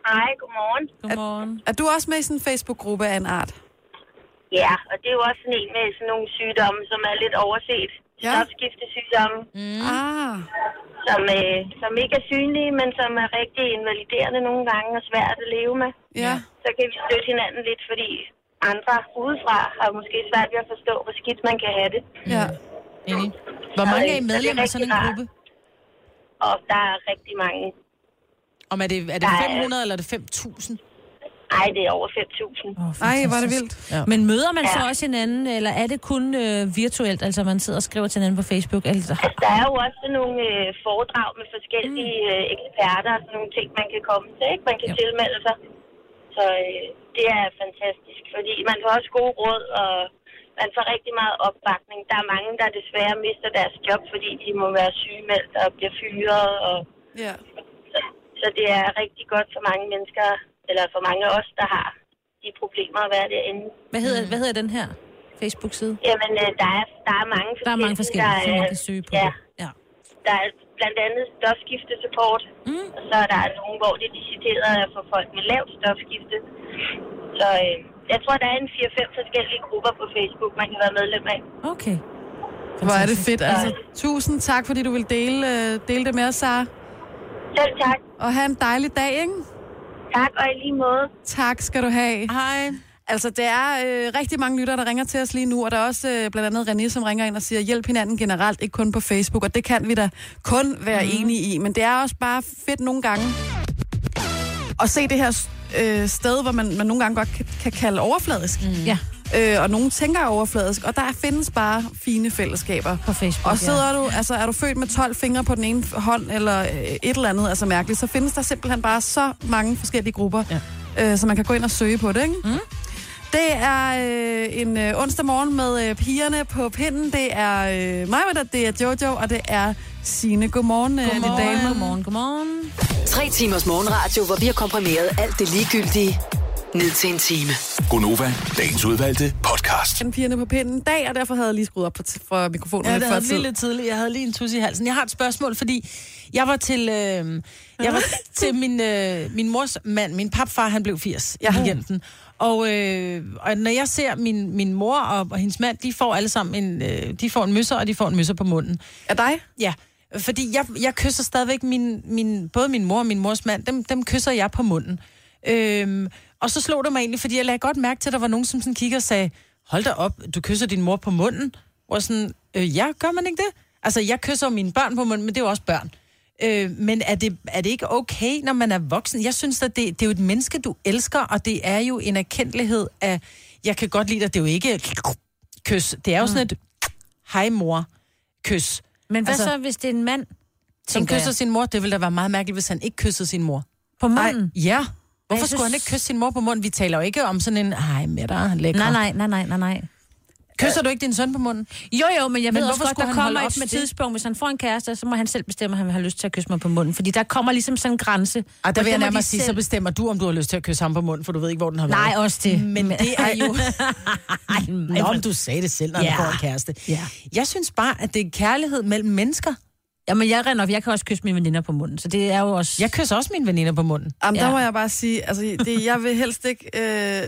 Hej, godmorgen. Godmorgen. Er du også med i sådan en Facebook-gruppe af en art? Ja, og det er jo også sådan en med sådan nogle sygdomme, som er lidt overset. Ja. Ja. Stofskiftesygdomme, mm. Mm. Ah, som, øh, som ikke er synlige, men som er rigtig invaliderende nogle gange og svært at leve med. ja. Så kan vi støtte hinanden lidt, fordi andre udefra har måske svært ved at forstå, hvor skidt man kan have det. ja. Enig. Hvor mange er I Så det er medlemmer af sådan en rigtig rart. gruppe? Og der er rigtig mange. Om er det, er det Der er- 500 eller er det 5.000? Ej, det er over 5.000. Oh, Ej, hvor er det vildt. Ja. Men møder man så også hinanden, eller er det kun øh, virtuelt, altså man sidder og skriver til hinanden på Facebook? Altså, Altså, der er jo også sådan nogle øh, foredrag med forskellige Mm. øh, eksperter og sådan nogle ting, man kan komme til, ikke? Man kan Jo. tilmelde sig. Så øh, det er fantastisk, fordi man får også gode råd, og man får rigtig meget opbakning. Der er mange, der desværre mister deres job, fordi de må være sygemeldt og bliver fyret. Og, Ja. så, så det er rigtig godt for mange mennesker, eller for mange af os, der har de problemer at være derinde. hvad, hedder, hvad hedder den her Facebook-side? Jamen, øh, der, er, der er mange forskellige. øh, Der er mange forskellige, som man kan søge på. Ja, ja. der er blandt andet stofskiftesupport, mm. og så er der nogen, hvor det er decideret at få folk med lavt stofskifte. Så øh, jeg tror, der er en 4-5 forskellige grupper på Facebook, man kan være medlem af. Okay. Hvor er det Fantastisk. fedt. Altså, tusind tak, fordi du vil dele, øh, dele det med os, Sara. Selv tak. Og have en dejlig dag, ikke? Tak, og i lige måde. Tak skal du have. Hej. Altså, der er øh, rigtig mange lyttere, der ringer til os lige nu, og der er også øh, blandt andet René, som ringer ind og siger, hjælp hinanden generelt, ikke kun på Facebook, og det kan vi da kun være Mhm. mm. enige i, men det er også bare fedt nogle gange at se det her øh, sted, hvor man, man nogle gange godt kan, kan kalde overfladisk. Mm. Mhm. Ja, Øh, og nogen tænker overfladisk, og der findes bare fine fællesskaber. på Facebook. Og sidder du, altså er du født med 12 fingre på den ene hånd, eller øh, et eller andet, altså mærkeligt, så findes der simpelthen bare så mange forskellige grupper, ja. øh, så man kan gå ind og søge på det, ikke? Mm. Det er øh, en øh, onsdag morgen med øh, pigerne på pinden. Det er øh, mig, det er Jojo, og det er Signe. Godmorgen, øh, de ja. damer. Godmorgen, godmorgen, godmorgen. Tre timers morgenradio, hvor vi har komprimeret alt det ligegyldige ned til en time. Gonova, dagens udvalgte podcast. Den pigerne på pinden i dag, og derfor havde jeg lige skruet op for, for mikrofonen Ja, lidt det før havde lige tid. lidt tidligt. Jeg havde lige en tus i halsen. Jeg har et spørgsmål, fordi jeg var til, øh, jeg var til min, øh, min mors mand, min papfar, han blev 80 Uh. ja. i weekenden. Og, øh, og når jeg ser min, min mor og, og hendes mand, de får alle sammen en, øh, de får en møsser, og de får en møsser på munden. Er dig? Ja, fordi jeg, jeg kysser stadigvæk min, min, både min mor og min mors mand, dem, dem kysser jeg på munden. Øhm, og så slog det mig egentlig, fordi jeg lagde godt mærke til, at der var nogen, som sådan kiggede og sagde, hold da op, du kysser din mor på munden. Og sådan, øh, ja, gør man ikke det? Altså, jeg kysser mine børn på munden, men det er jo også børn. Øh, men er det, er det ikke okay, når man er voksen? Jeg synes, at det, det er jo et menneske, du elsker, og det er jo en erkendelighed af, jeg kan godt lide dig, det er jo ikke et kys. Det er jo sådan et, hej mor, kys. Mm. Men hvad Altså- så, hvis det er en mand, Som tænker kysser jeg, sin mor, det ville da være meget mærkeligt, hvis han ikke kyssede sin mor. på munden? Ja. Hvorfor jeg skulle han synes- ikke kysse sin mor på munden? Vi taler jo ikke om sådan en, ej med dig, lækker. Nej, nej, nej, nej, nej, nej. Kysser du ikke din søn på munden? Jo, jo, men jeg Men ved også hvorfor godt, skulle der han kommer holde op et med det? tidspunkt, hvis han får en kæreste, så må han selv bestemme, om han har lyst til at kysse mig på munden. Fordi der kommer ligesom sådan en grænse. Ej, der Og vil jeg må de nærmere sige, så selv- bestemmer du, om du har lyst til at kysse ham på munden, for du ved ikke, hvor den har været. Nej, også det. Men det er jo... Nå, Ej, om du sagde det selv, når Ja. yeah. du får en kæreste. Ja. Jeg synes bare, at det er kærlighed mellem mennesker. Jamen, jeg render op. Jeg kan også kysse mine veninder på munden, så det er jo også... Jeg kysser også mine veninder på munden. Jamen, der Ja. må jeg bare sige, altså, det, jeg vil helst ikke... Øh,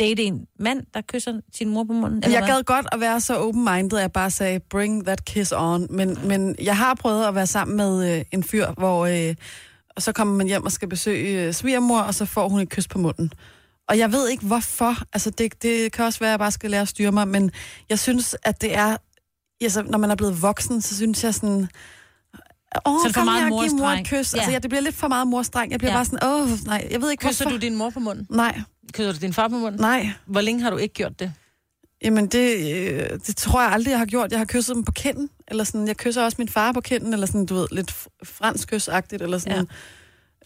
date en mand, der kysser sin mor på munden? Eller jeg hvad? gad godt at være så open-minded, at jeg bare sagde, bring that kiss on. Men, men jeg har prøvet at være sammen med øh, en fyr, hvor øh, og så kommer man hjem og skal besøge øh, svigermor, og så får hun et kys på munden. Og jeg ved ikke, hvorfor. Altså, det, det kan også være, at jeg bare skal lære at styre mig, men jeg synes, at det er... Altså, når man er blevet voksen, så synes jeg sådan... Åh, Så er oh, det for kom meget her og giv mor et morstreng." kys. Ja. Ja. Altså, ja, det bliver lidt for meget morstreng. Jeg bliver ja. Ja. bare sådan, åh, oh, nej, jeg ved ikke, Kysser hvorfor. du din mor på munden? Nej, Kysser du din far på munden? nej. Hvor længe har du ikke gjort det? Jamen, det, øh, det tror jeg aldrig, jeg har gjort. Jeg har kysset dem på kinden, eller sådan. Jeg kysser også min far på kinden, eller sådan, du ved, lidt fr- fransk kysagtigt, eller sådan.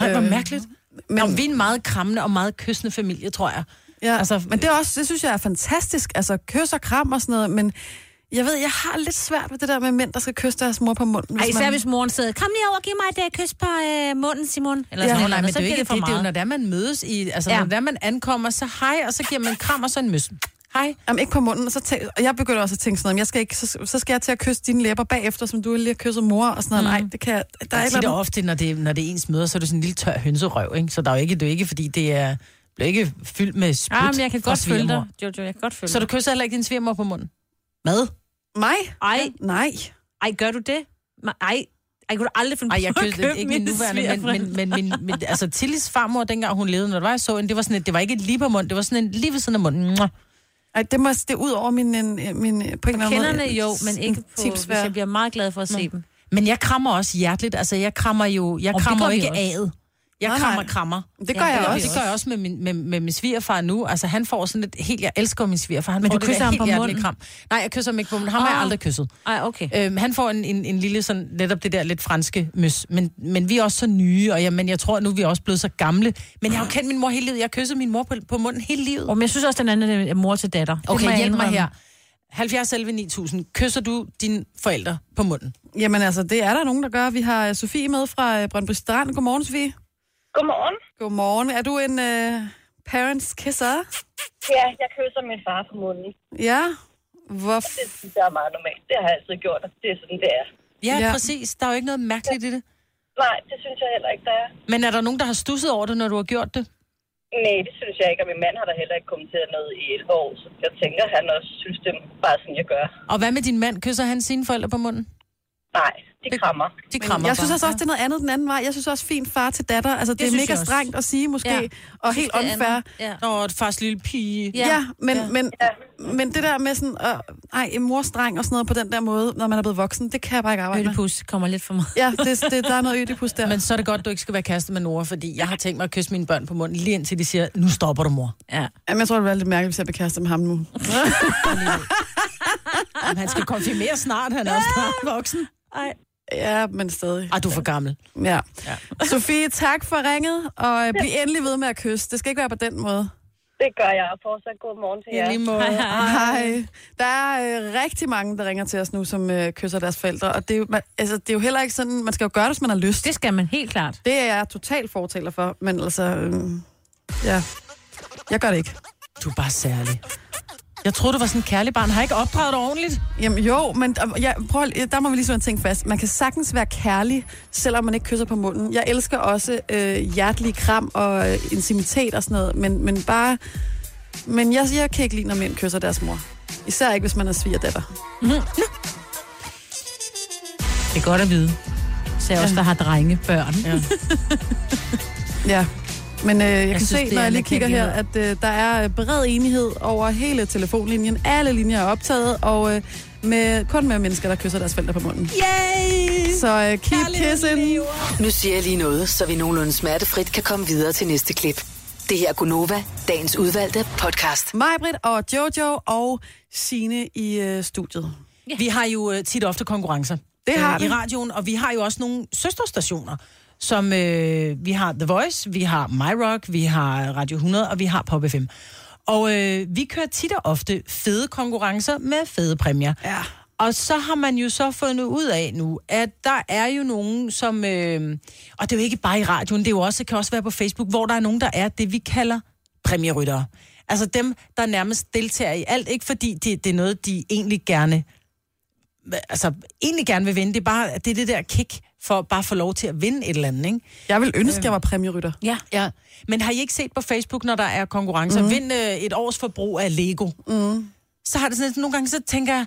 Nej, hvor Øh, mærkeligt. Men, Nå, vi er en meget krammende og meget kyssende familie, tror jeg. ja, altså- altså, men det, er også, det synes jeg er fantastisk. Altså, kys og kram og sådan noget, men jeg ved, jeg har lidt svært ved det der med mænd, der skal kysse deres mor på munden. Ej, især hvis moren sidder, kom lige over og giv mig et øh, kys på øh, munden, Simon. Eller Ja, sådan nej, noget, nej, men så det er jo bliver ikke det, for det, det er jo, meget. når det er, man mødes i... Altså, Ja. ja. når det er, man ankommer, så hej, og så giver man en kram og så en møs. Hej. Jamen, ikke på munden. Og, så tæ- og jeg begynder også at tænke sådan noget, "Men jeg skal ikke, så, så skal jeg til at kysse dine læber bagefter, som du lige har kysset mor, og sådan noget. Nej, det kan jeg... Der er Jeg ikke siger Mm. det ofte, når det, når det er ens møder, så er det sådan en lille tør hønserøv, ikke? Så der er jo ikke, det er jo ikke, fordi det er... Bliver ikke fyldt med spyt Ah, men jeg kan fra godt følge svigermor. dig. Jo, jo, jeg kan godt følge Så du dig. kysser heller ikke din svigermor på munden? Mad? Mig? Ej, Nej. ej, gør du det? Nej, ej, ej, kunne du aldrig finde Ej, jeg på at kysser købe ikke min mine nuværende, men, svigerforældre? men, men, men, men, altså Tillys farmor, dengang hun levede, når det var, jeg så hende, det var sådan et, det var ikke et lige på munden, det var sådan en lige ved siden af munden. Mwah. Ej, det må det er ud over min, en, min øh, på en eller anden Kenderne måde, jo, øh, men ikke på, tipsvær. hvis jeg bliver meget glad for at se dem. Men jeg krammer også hjerteligt, altså jeg krammer jo, jeg det krammer gør jo vi ikke også. aget. Jeg Nej, nej. krammer krammer. Det gør Ja, jeg det Og også. det gør jeg også med min, med, med min svigerfar nu. Altså, han får sådan et helt... Jeg elsker min svigerfar. Han Men får du det der kysser ham helt på hjertelige munden? Kram. Nej, jeg kysser ham ikke på munden. Ham har jeg Ah. aldrig kysset. Ej, okay. Øhm, han får en, en, en lille sådan, netop det der lidt franske møs. Men, men vi er også så nye, og jeg, men jeg tror, nu er vi også blevet så gamle. Men jeg har jo kendt min mor hele livet. Jeg har kysset min mor på, på munden hele livet. Og, men jeg synes også, den anden er mor til datter. Det må Okay, jeg hjælp mig indrømme. her. 70 11 9000. Kysser du dine forældre på munden? Jamen altså, det er der nogen, der gør. Vi har øh, Sofie med fra øh, Brøndby Strand. Godmorgen, Sofie. Godmorgen. Godmorgen. Er du en øh, parents kisser? Ja, jeg kysser min far på munden. Ja. Hvor... Det er meget normalt. Det har jeg altid gjort, og det er sådan, det er. Ja, ja, Ja. præcis. Der er jo ikke noget mærkeligt i det. Nej, det synes jeg heller ikke, der er. Men er der nogen, der har stusset over det, når du har gjort det? Nej, det synes jeg ikke, og min mand har da heller ikke kommenteret noget i 11 år, så jeg tænker, han også synes, det er bare sådan, jeg gør. Og hvad med din mand? Kysser han sine forældre på munden? Nej, de krammer. De krammer Jeg synes bare. altså også, det er noget andet den anden vej. Jeg synes også, fint far til datter. Altså, det, det er synes jeg mega også. strengt at sige, måske. Ja. Ja. Og helt Det er unfair. andet. Ja. Nå, et fars lille pige. Ja. Ja, ja, men, ja. Men, men det der med sådan, øh, ej, en morstreng og sådan noget på den der måde, når man er blevet voksen, det kan jeg bare ikke arbejde med. Ødipus kommer lidt for meget. Ja, det, det, der er noget ødipus der. Men så er det godt, du ikke skal være kæreste med Nora, fordi jeg har tænkt mig at kysse mine børn på munden, lige indtil de siger, nu stopper du, mor. Ja. Jamen, jeg tror, det var lidt mærkeligt, hvis jeg blev kæreste med ham nu. Jamen, han skal konfirmere snart, han er også snart voksen. Ja, men stadig. Ej, du er for gammel. Ja. ja. Sofie, tak for ringet, og øh, bliv endelig ved med at kysse. Det skal ikke være på den måde. Det gør jeg, og fortsat god morgen til jer. Lige måde. Hej. Der er øh, rigtig mange, der ringer til os nu, som øh, kysser deres forældre, og det er, jo, man, altså, det er jo heller ikke sådan, man skal jo gøre det, hvis man har lyst. Det skal man helt klart. Det er jeg totalt fortaler for, men altså, øh, ja, jeg gør det ikke. Du er bare særlig. Jeg troede, du var sådan en kærlig barn. Har jeg ikke opdraget dig ordentligt? Jamen jo, men øh, jeg, prøv, at- der må vi lige sådan en ting fast. Man kan sagtens være kærlig, selvom man ikke kysser på munden. Jeg elsker også øh, hjertelig kram og øh, intimitet og sådan noget, men, men bare... Men jeg, jeg kan ikke lide, når mænd kysser deres mor. Især ikke, hvis man er svigerdatter. Mhm. Det er godt at vide. Så jeg også, der har drengebørn. Ja. Ja. Men øh, jeg, kan synes, det se, er når jeg lige anerkendt kigger her, at øh, der er øh, bred enighed over hele telefonlinjen. Alle linjer er optaget, og øh, med, kun med mennesker, der kysser deres forældre på munden. Yay! Så øh, keep kissing. Nu siger jeg lige noget, så vi nogenlunde smertefrit kan komme videre til næste klip. Det her er Gunova, dagens udvalgte podcast. Majbrit og Jojo og Sine i øh, studiet. Vi har jo øh, tit ofte konkurrencer. øh, Det har I vi. radioen, og vi har jo også nogle søsterstationer, som øh, vi har The Voice, vi har My Rock, vi har Radio 100, og vi har Pop FM. Og øh, vi kører tit og ofte fede konkurrencer med fede præmier. Ja. Og så har man jo så fundet ud af nu, at der er jo nogen, som... Øh, og det er jo ikke bare i radioen, det, er jo også, det kan også være på Facebook, hvor der er nogen, der er det, vi kalder præmieryttere. Altså dem, der nærmest deltager i alt. Ikke fordi det, det er noget, de egentlig gerne altså, egentlig gerne vil vinde. Det er bare det, er det der kick for at bare få lov til at vinde et eller andet, ikke? Øhm. Jeg vil ønske, jeg var præmierytter. ja. Ja. Men har I ikke set på Facebook, når der er konkurrencer, mm. Mhm. vind øh, et års forbrug af Lego? Mm. Så har det sådan, at nogle gange så tænker jeg,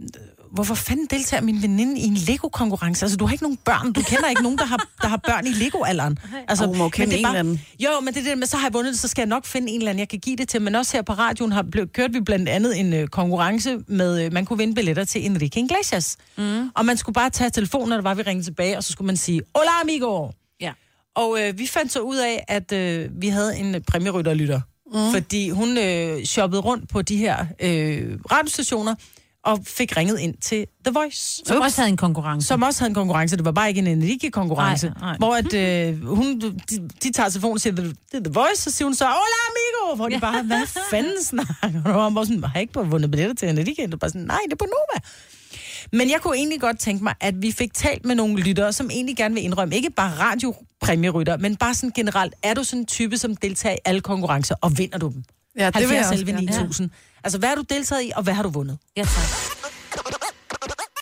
øh, hvorfor fanden deltager min veninde i en Lego-konkurrence? Altså, du har ikke nogen børn. Du kender ikke nogen, der har, der har børn i Lego-alderen. Altså, Åh, hun må jo kende men det er en eller anden. Jo, men det er det der med, så har jeg vundet det, så skal jeg nok finde en eller anden, jeg kan give det til. Men også her på radioen har blevet, kørt vi blandt andet en øh, konkurrence med, øh, man kunne vinde billetter til Enrique Iglesias. Mm. Og man skulle bare tage telefonen, når det var, vi ringede tilbage, og så skulle man sige, hola amigo! ja. Og øh, vi fandt så ud af, at øh, vi havde en præmierytterlytter, mm. Mm. Fordi hun øh, shoppede rundt på de her øh, radiostationer og fik ringet ind til The Voice. Som også havde en konkurrence. som også havde en konkurrence. Det var bare ikke en energikonkurrence. Nej, nej. Hvor at, øh, hun, de, de tager telefonen og siger, det er The Voice, så siger hun så, hola amigo, hvor de bare, hvad fanden snakker du om? Hvor sådan, har jeg ikke vundet billetter til energikend? Du bare sådan, nej, det er på Nova. Men jeg kunne egentlig godt tænke mig, at vi fik talt med nogle lyttere, som egentlig gerne vil indrømme, ikke bare radiopræmierytter, men bare sådan generelt, er du sådan en type, som deltager i alle konkurrencer, og vinder du dem? Ja, det vil jeg 70 også 11 gerne. 9000. Altså, hvad har du deltaget i, og hvad har du vundet? Ja, tak.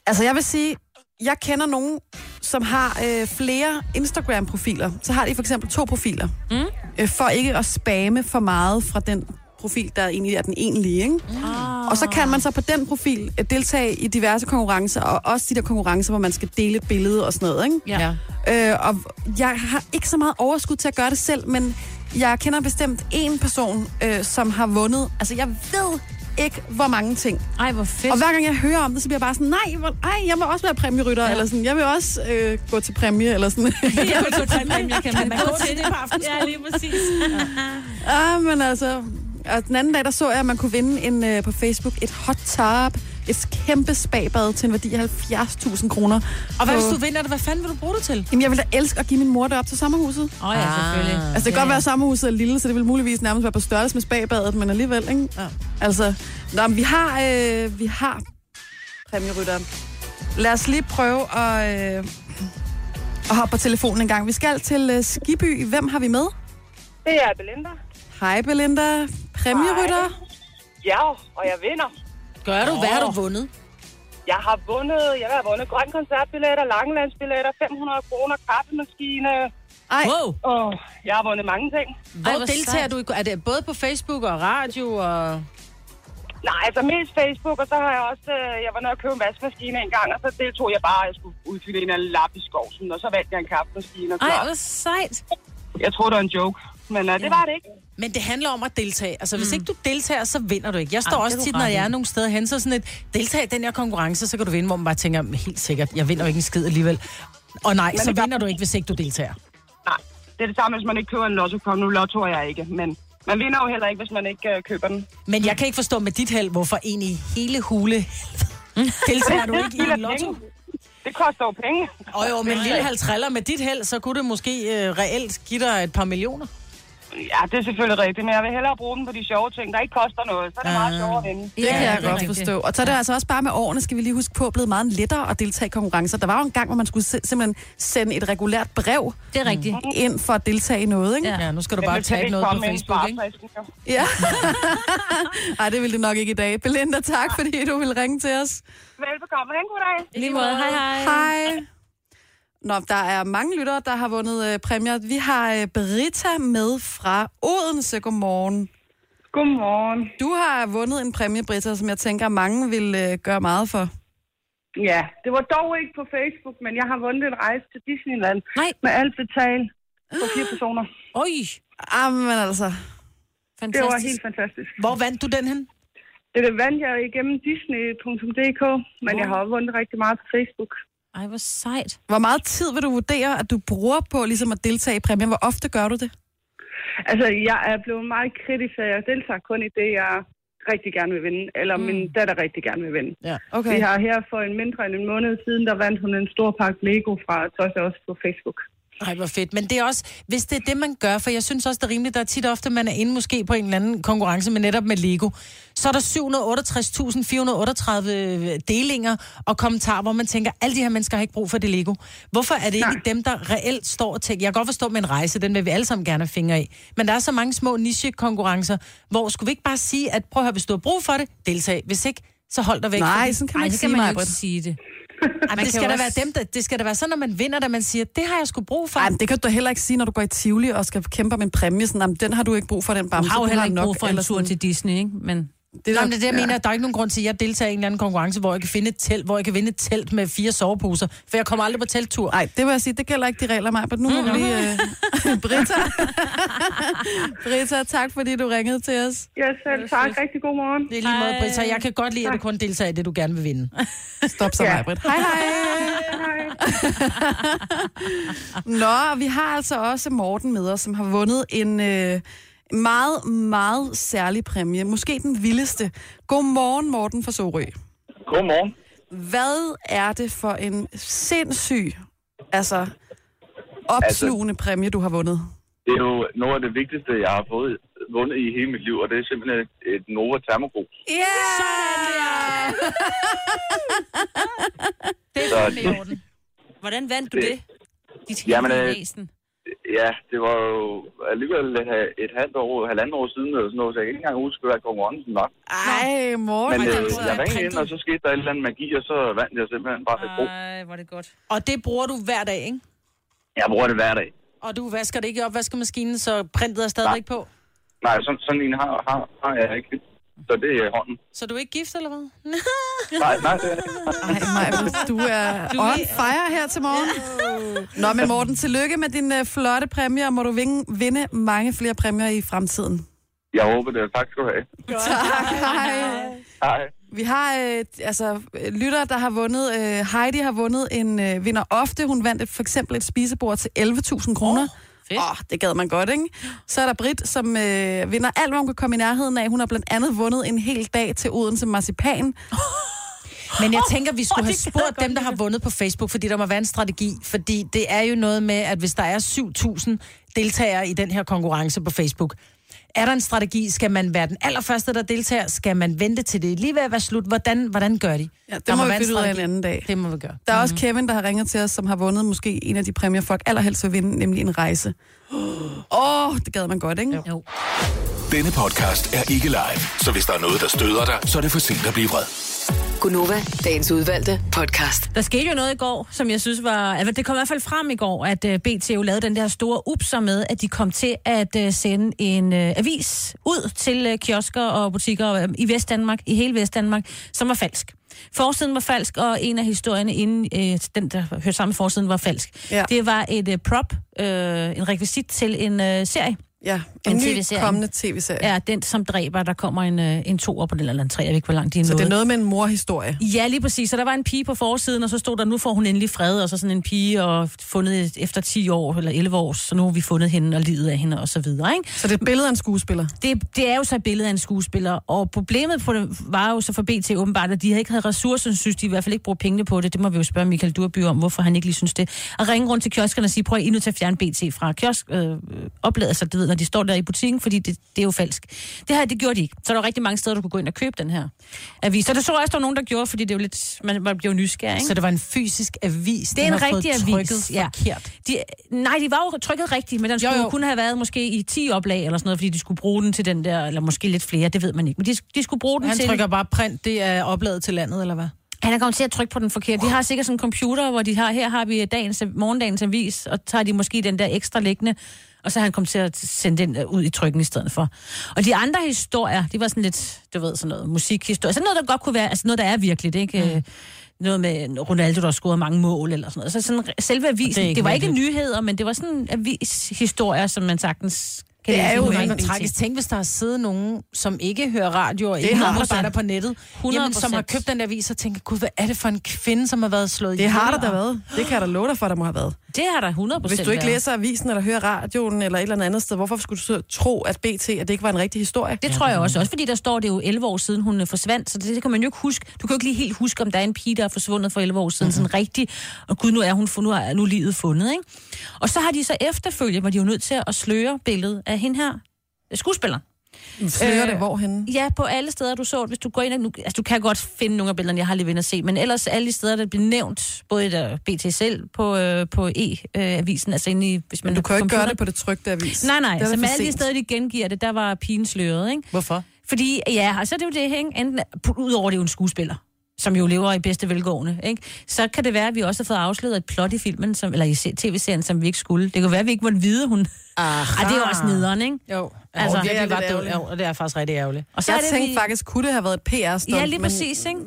Altså, jeg vil sige, jeg kender nogen, som har øh, flere Instagram-profiler. Så har de for eksempel to profiler. Mm. Øh, for ikke at spamme for meget fra den profil, der egentlig er den egentlige. Ikke? Ah. Mm. Og så kan man så på den profil øh, deltage i diverse konkurrencer, og også de der konkurrencer, hvor man skal dele et billede og sådan noget. Ikke? Ja. ja. Øh, og jeg har ikke så meget overskud til at gøre det selv, men jeg kender bestemt en person, øh, som har vundet. Altså, jeg ved ikke, hvor mange ting. Ej, hvor fedt. Og hver gang jeg hører om det, så bliver jeg bare sådan, nej, hvor, ej, jeg må også være præmierytter, ja. eller sådan, jeg vil også øh, gå til præmie, eller sådan. Jeg vil gå til præmie, kan man, gå til det på aftenen? Ja, lige præcis. ah, men altså, og den anden dag, der så jeg, at man kunne vinde en, øh, på Facebook et hot tub, et kæmpe spabad til en værdi af 70.000 kroner. Og hvad på- hvis du vinder det? Hvad fanden vil du bruge det til? Jamen, jeg ville da elske at give min mor det op til sommerhuset. Åh, oh, ja, selvfølgelig. Altså, det kan godt være, at sommerhuset er lille, så det vil muligvis nærmest være på størrelse med spabadet, men alligevel, ikke? Ja. Altså, nå, men vi har, øh, vi har præmierytter. Lad os lige prøve at, øh, at hoppe på telefonen en gang. Vi skal til øh, Skiby. Hvem har vi med? Det er Belinda. Hej, Belinda. Præmierytter. Ja, og jeg vinder. Gør du, hvad har du vundet? Jeg har vundet, jeg har vundet grøn koncertbilletter, langelandsbilletter, 500 kroner, kaffemaskine, Ej, Wow. og jeg har vundet mange ting. Hvor Ej, Ej, hvor deltager sejt. du? i- Er det både på Facebook og radio? Og... Nej, altså mest Facebook, og så har jeg også, øh, jeg var nede og købe en vaskemaskine en gang, og så deltog jeg bare, at jeg skulle udfylde en eller anden lap i skovsen, og så vandt jeg en kaffemaskine. Og Ej, klar. hvor sejt. Jeg troede, det var en joke, men uh, det var det ikke. Men det handler om at deltage. Altså, hvis ikke du deltager, så vinder du ikke. Jeg står Ej, det Ej, også er du tit, når ret jeg i. er nogle steder hen, så sådan et, deltag i den her konkurrence, så kan du vinde, hvor man bare tænker, helt sikkert, jeg vinder jo ikke en skid alligevel. Og nej, så det gør- vinder du ikke, hvis ikke du deltager. Nej, det er det samme, hvis man ikke køber en lotto. Kom nu, lotto er jeg ikke, men man vinder jo heller ikke, hvis man ikke øh, køber den. Men jeg kan ikke forstå med dit held, hvorfor en i hele hule deltager du ikke i en lotto. Det koster jo penge. Og jo, med lille halvtriller med dit held, så kunne det måske øh, reelt give dig et par millioner. Ja, det er selvfølgelig rigtigt, men jeg vil hellere bruge den på de sjove ting, der ikke koster noget. Så er det meget sjovere at vinde. Ah. Øh, det kan jeg er godt rigtigt. forstå. Og så er det altså også bare med årene, skal vi lige huske på, blevet meget lettere at deltage i konkurrencer. Der var jo en gang, hvor man skulle si- simpelthen sende et regulært brev Mm. Det er rigtigt. ind for at deltage i noget, ikke? Ja. Ja, nu skal du bare Hvis man tage ikke noget på kommer ind Facebook, på ikke? opfrisken, jo. Ja. Ej, det ville det nok ikke i dag. Belinda, tak, fordi du ville ringe til os. Velbekomme. Ha' en god dag. I Lige måde. Hej, hej. Hej. Nå, der er mange lyttere, der har vundet øh, præmier. Vi har øh, Britta med fra Odense. Godmorgen. Godmorgen. Du har vundet en præmie, Britta, som jeg tænker, mange vil øh, gøre meget for. Ja, det var dog ikke på Facebook, men jeg har vundet en rejse til Disneyland Nej. med alt betalt for fire personer. Oj, Jamen altså. Det fantastisk. var helt fantastisk. Hvor vandt du den hen? Det der vandt jeg igennem disney.dk, men jeg har også vundet rigtig meget på Facebook. Ej, hvor sejt. Hvor meget tid vil du vurdere, at du bruger på ligesom at deltage i præmien? Hvor ofte gør du det? Altså, jeg er blevet meget kritisk, så jeg deltager kun i det, jeg rigtig gerne vil vinde, eller mm. min datter rigtig gerne vil vinde. Vi Okay. har her for en mindre end en måned siden, der vandt hun en stor pakke Lego fra Toys også på Facebook. Ej, hvor fedt. Men det er også, hvis det er det, man gør, for jeg synes også, det er rimeligt, der er tit ofte, man er inde måske på en eller anden konkurrence med netop med Lego, så er der 768.438 øh, delinger og kommentarer, hvor man tænker, alle de her mennesker har ikke brug for det Lego. Hvorfor er det ikke dem, der reelt står og tænker, jeg kan godt forstå med en rejse, den vil vi alle sammen gerne have fingre i, men der er så mange små niche-konkurrencer, hvor skulle vi ikke bare sige, at prøv at høre, hvis du har brug for det, deltag. Hvis ikke, så hold dig væk. Nej, fordi- sådan kan Ej, man ikke det kan sige man jo mig, ikke Britta. sige det. Ej, men det kan skal jo da være også- dem, der, det skal da være sådan, når man vinder, at man siger, det har jeg sgu brug for. Ej, men det kan du heller ikke sige, når du går i Tivoli og skal kæmpe om en præmie. Sådan, jamen, den har du ikke brug for, den bamse. Du har jo heller ikke nok," brug for en eller tur sådan. til Disney, ikke? Men Det, der- der, Jamen, det er det, jeg mener. Der er ikke nogen grund til, at jeg deltager i en eller anden konkurrence, hvor jeg kan finde et telt, hvor jeg kan vinde et telt med fire soveposer, for jeg kommer aldrig på telttur. Mm-hmm. Nej, det vil jeg sige, det gælder ikke de regler, mig, men nu må vi lige... Øh, Britta. Britta, tak fordi du ringede til os. Ja, selv tak. Rigtig god morgen. Det er lige måde, Britta. Jeg kan godt lide, at du kun deltager i det, du gerne vil vinde. Stop så, mig, Britt. Hej, hej. Nå, og vi har altså også Morten med os, som har vundet en, øh, meget, meget særlig præmie. Måske den vildeste. Godmorgen, Morten fra Sorø. Godmorgen. Hvad er det for en sindssyg, altså opslugende altså, præmie, du har vundet? Det er jo noget af det vigtigste, jeg har fået vundet i hele mit liv, og det er simpelthen et, et Nova Thermogrus. Ja! Yeah! Det Så er fandme det- i orden. Hvordan vandt du det- det? Dit Jamen, hele øh, næsen. Ja, det var jo alligevel et, ha- et halvt år, halvandet år siden, eller sådan noget, så jeg kan ikke engang huske, hvad konkurrencen var. Ah, Ej, Men Morten. øh, den tror jeg jeg er ringede ind, printet. Ah. og så skete der et eller andet magi, og så vandt jeg simpelthen bare et god. Ej, hvor er det godt. Og det bruger du hver dag, ikke? Jeg bruger det hver dag. Og du vasker det ikke i opvaskemaskinen, så printet er stadigvæk på. Nej, sådan, sådan en har, har, har jeg ikke. Så det er i hånden. Så du er ikke gift, eller hvad? Nej, nej, det er Ej, Maja, du er on fire her til morgen. Nå, men Morten, tillykke med din øh, flotte præmie, og må du vinde, vinde mange flere præmier i fremtiden. Jeg håber det. Tak skal du have. Tak, hej. Hej. Vi har øh, altså øh, lytter, der har vundet. Øh, Heidi har vundet en øh, vinder ofte. Hun vandt et, for eksempel et spisebord til 11.000 kroner. Åh, oh, oh, det gad man godt, ikke? Så er der Brit, som øh, vinder alt, hvad hun kan komme i nærheden af. Hun har blandt andet vundet en hel dag til Odense Marcipan. Men jeg tænker, vi skulle have spurgt dem, der har vundet på Facebook, fordi der må være en strategi. Fordi det er jo noget med, at hvis der er 7.000 deltagere i den her konkurrence på Facebook, er der en strategi? Skal man være den allerførste, der deltager? Skal man vente til det er lige ved at være slut? Hvordan, hvordan gør de? Ja, det Der må vi være finde ud af en strategi. anden dag. Det må vi gøre. Der er også Kevin, der har ringet til os, som har vundet måske en af de præmier, folk allerhelst vil vinde, nemlig en rejse. Åh, oh, det gad man godt, ikke? Jo. Denne podcast er ikke live, så hvis der er noget, der støder dig, så er det for sent at blive vred. Gunova, dagens udvalgte podcast. Der skete jo noget i går, som jeg synes var... Altså, det kom i hvert fald frem i går, at øh, BT jo lavede den der store upser med, at de kom til at øh, sende en øh, avis ud til øh, kiosker og butikker øh, i Vestdanmark, i hele Vestdanmark, som var falsk. Forsiden var falsk, og en af historierne inden øh, den, der hørte sammen med forsiden, var falsk. Ja. Ja. Det var et øh, prop, øh, en rekvisit til en øh, serie, Ja, en, En ny TV-serie. kommende tv-serie. Ja. ja, den som dræber, der kommer en, øh, en toer på den, eller en tre, jeg ved ikke, hvor langt de er Så nået. det er noget med en morhistorie. Ja, lige præcis. Så der var en pige på forsiden, og så stod der, nu får hun endelig fred, og så sådan en pige, og fundet efter 10 år eller 11 år, så nu har vi fundet hende og livet af hende og så videre, ikke? Så det er et billede af en skuespiller. Det, det er jo så et billede af en skuespiller, og problemet på det var jo så for BT åbenbart, at de havde ikke havde ressourcer, synes de i hvert fald ikke bruge pengene på det. Det må vi jo spørge Michael Durby om, hvorfor han ikke lige synes det. Og ringe rundt til kioskerne og sige, prøv at I er nødt til at fjerne BT fra kiosk, øh, øh, opladet sig, du ved, når de står der i butikken, fordi det, det er jo falsk. Det her, det gjorde de ikke. Så der var rigtig mange steder, du kunne gå ind og købe den her avis. Så det så jeg også, der var nogen, der gjorde, fordi det er jo lidt, man, man bliver jo nysgerrig, ikke? Så det var en fysisk avis, Det er en den har fået rigtig avis. trykket forkert. De, nej, de var jo trykket rigtigt, men den skulle jo, jo. jo. kun have været måske i 10 oplag eller sådan noget, fordi de skulle bruge den til den der, eller måske lidt flere, det ved man ikke. Men de, de skulle bruge den Han til... trykker bare print, det er opladet til landet, eller hvad? Han er kommet til at trykke på den forkerte. De har sikkert sådan en computer, hvor de har, her har vi dagens, morgendagens avis, og tager de måske den der ekstra liggende, og så er han kommet til at sende den øh, ud i trykken i stedet for. Og de andre historier, det var sådan lidt, du ved, sådan noget musikhistorie. Sådan noget, der godt kunne være, altså noget, der er virkeligt, ikke? Mm. Noget med Ronaldo, der scorede mange mål eller sådan noget. Så sådan, selve avisen, det, ikke det var ikke nyheder, men det var sådan avishistorier, som man sagtens kan Det er læse i jo nogle ikke gange Men BT. tragisk, tænk hvis der har siddet nogen, som ikke hører radio og ikke 100%. arbejder på nettet, jamen, som 100%. har købt den der avis og tænker, gud, hvad er det for en kvinde, som har været slået Det ihjel?" har der da været. Det kan jeg da love dig for, der må have været. Det har der 100 Hvis du ikke læser avisen, eller hører radioen, eller et eller andet andet sted, hvorfor skulle du så tro, at BT, at det ikke var en rigtig historie? Det tror jeg også, også fordi der står, det er jo 11 år siden, hun øh, forsvandt, så det, det kan man jo ikke huske. Du kan jo ikke lige helt huske, om der er en pige, der er forsvundet for 11 år siden, mm-hmm. sådan rigtigt. Og gud, nu er hun fund- nu er, nu er livet fundet, ikke? Og så har de så efterfølgende, hvor de er jo nødt til at sløre billedet af hende her, øh, skuespilleren. Øh, Slører Øh. det hvorhenne? Ja, på alle steder, du så det. Hvis du går ind og... Nu, altså, du kan godt finde nogle af billederne, jeg har lige været inde og se, men ellers alle de steder, der bliver nævnt, både i der BT selv på, øh, på E-avisen, altså inde i... Hvis man Du er på kan jo ikke gøre computeren. det på det trygte avis. Nej, nej, Det er altså da med for alle de sent. steder, de gengiver det, der var pigen sløret, ikke? Hvorfor? Fordi, ja, og så er det jo det, ikke? Enten, udover det er jo en skuespiller, som jo lever i bedste velgående, ikke? Så kan det være, at vi også har fået afsløret et plot i filmen, som, eller i se- tv-serien, som vi ikke skulle. Det kan være, at vi ikke måtte vide, hun... Ah, det er jo også nederen, ikke? Jo, Altså, altså, det, det er er lidt virkelig ret ærgerligt. død, og det er faktisk rigtig ærgerligt. Og så Jeg er det, tænkte vi... faktisk, kunne det have været et PR-stunt? Ja, lige men- præcis, ikke?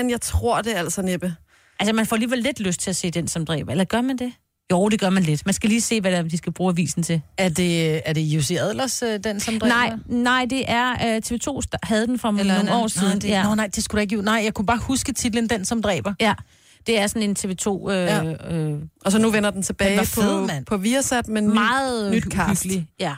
Men jeg tror det er altså næppe. Altså, man får alligevel lidt lyst til at se den, som dræber. Eller gør man det? Jo, det gør man lidt. Man skal lige se, hvad det er, de skal bruge avisen til. Er det, er det Jussi Adlers, øh, den som driver? Nej, nej, det er øh, TV2, der havde den for Eller nogle nej, år siden. Nej, det, ja. ja. Nå, nej, det skulle da ikke ud. Nej, jeg kunne bare huske titlen Den, som dræber. ja, det er sådan en TV2... Øh, Ja. ja. øh, Og så nu vender den tilbage Den var på, fed, mand. på Viasat, men meget nyt cast. hyggelig. Ja.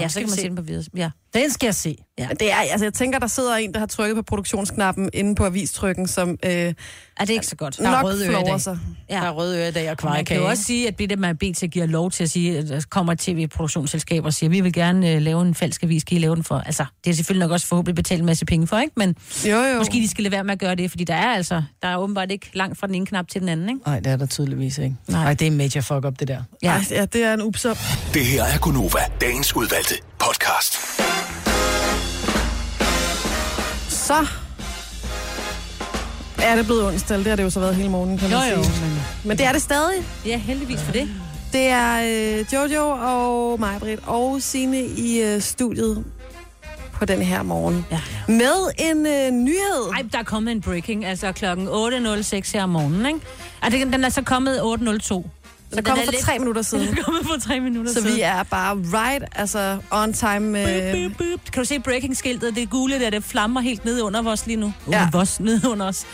Ja, så skal kan vi man se. se den på videre. Ja. Den skal jeg se. Det er, altså, jeg tænker, der sidder en, der har trykket på produktionsknappen inde på avistrykken, som øh, Er det ikke så godt? nok røde ører i flover dag. sig. Ja. Der er røde ører i dag og Og Man kan jo kvarkage. også sige, at det der med BT giver lov til at sige, at der kommer et tv-produktionsselskab og siger, vi vil gerne øh, lave en falsk avis, kan I lave den for? Altså, det er selvfølgelig nok også forhåbentlig betalt en masse penge for, ikke? Men Jo, jo. måske de skal lade være med at gøre det, fordi der er altså, der er åbenbart ikke langt fra den ene knap til den anden, ikke? Nej, det er der tydeligvis ikke. Nej, det er en major fuck up, det der. Ja. Ej, ja, det er en upsom. Det her er Gunova, dagens udvalgte podcast. Så er det blevet onsdag. Det har det jo så været hele morgenen, kan man sige. Men det er det stadig. Ja, heldigvis for det. Det er øh, Jojo og mig, Britt, og Signe i øh, studiet på den her morgen. Ja. Med en øh, nyhed. Ej, der er kommet en breaking, altså klokken 8.06 her om morgenen, ikke? Er det, den er så kommet 8.02. Så der kommer for tre minutter siden. Den er kommet for tre minutter Så siden. vi er bare right, altså on time. Øh, Boop, boop. Kan du se breaking-skiltet? Det gule der, det flammer helt ned under os lige nu. Ja. Ja. Uh, vores, ned under os.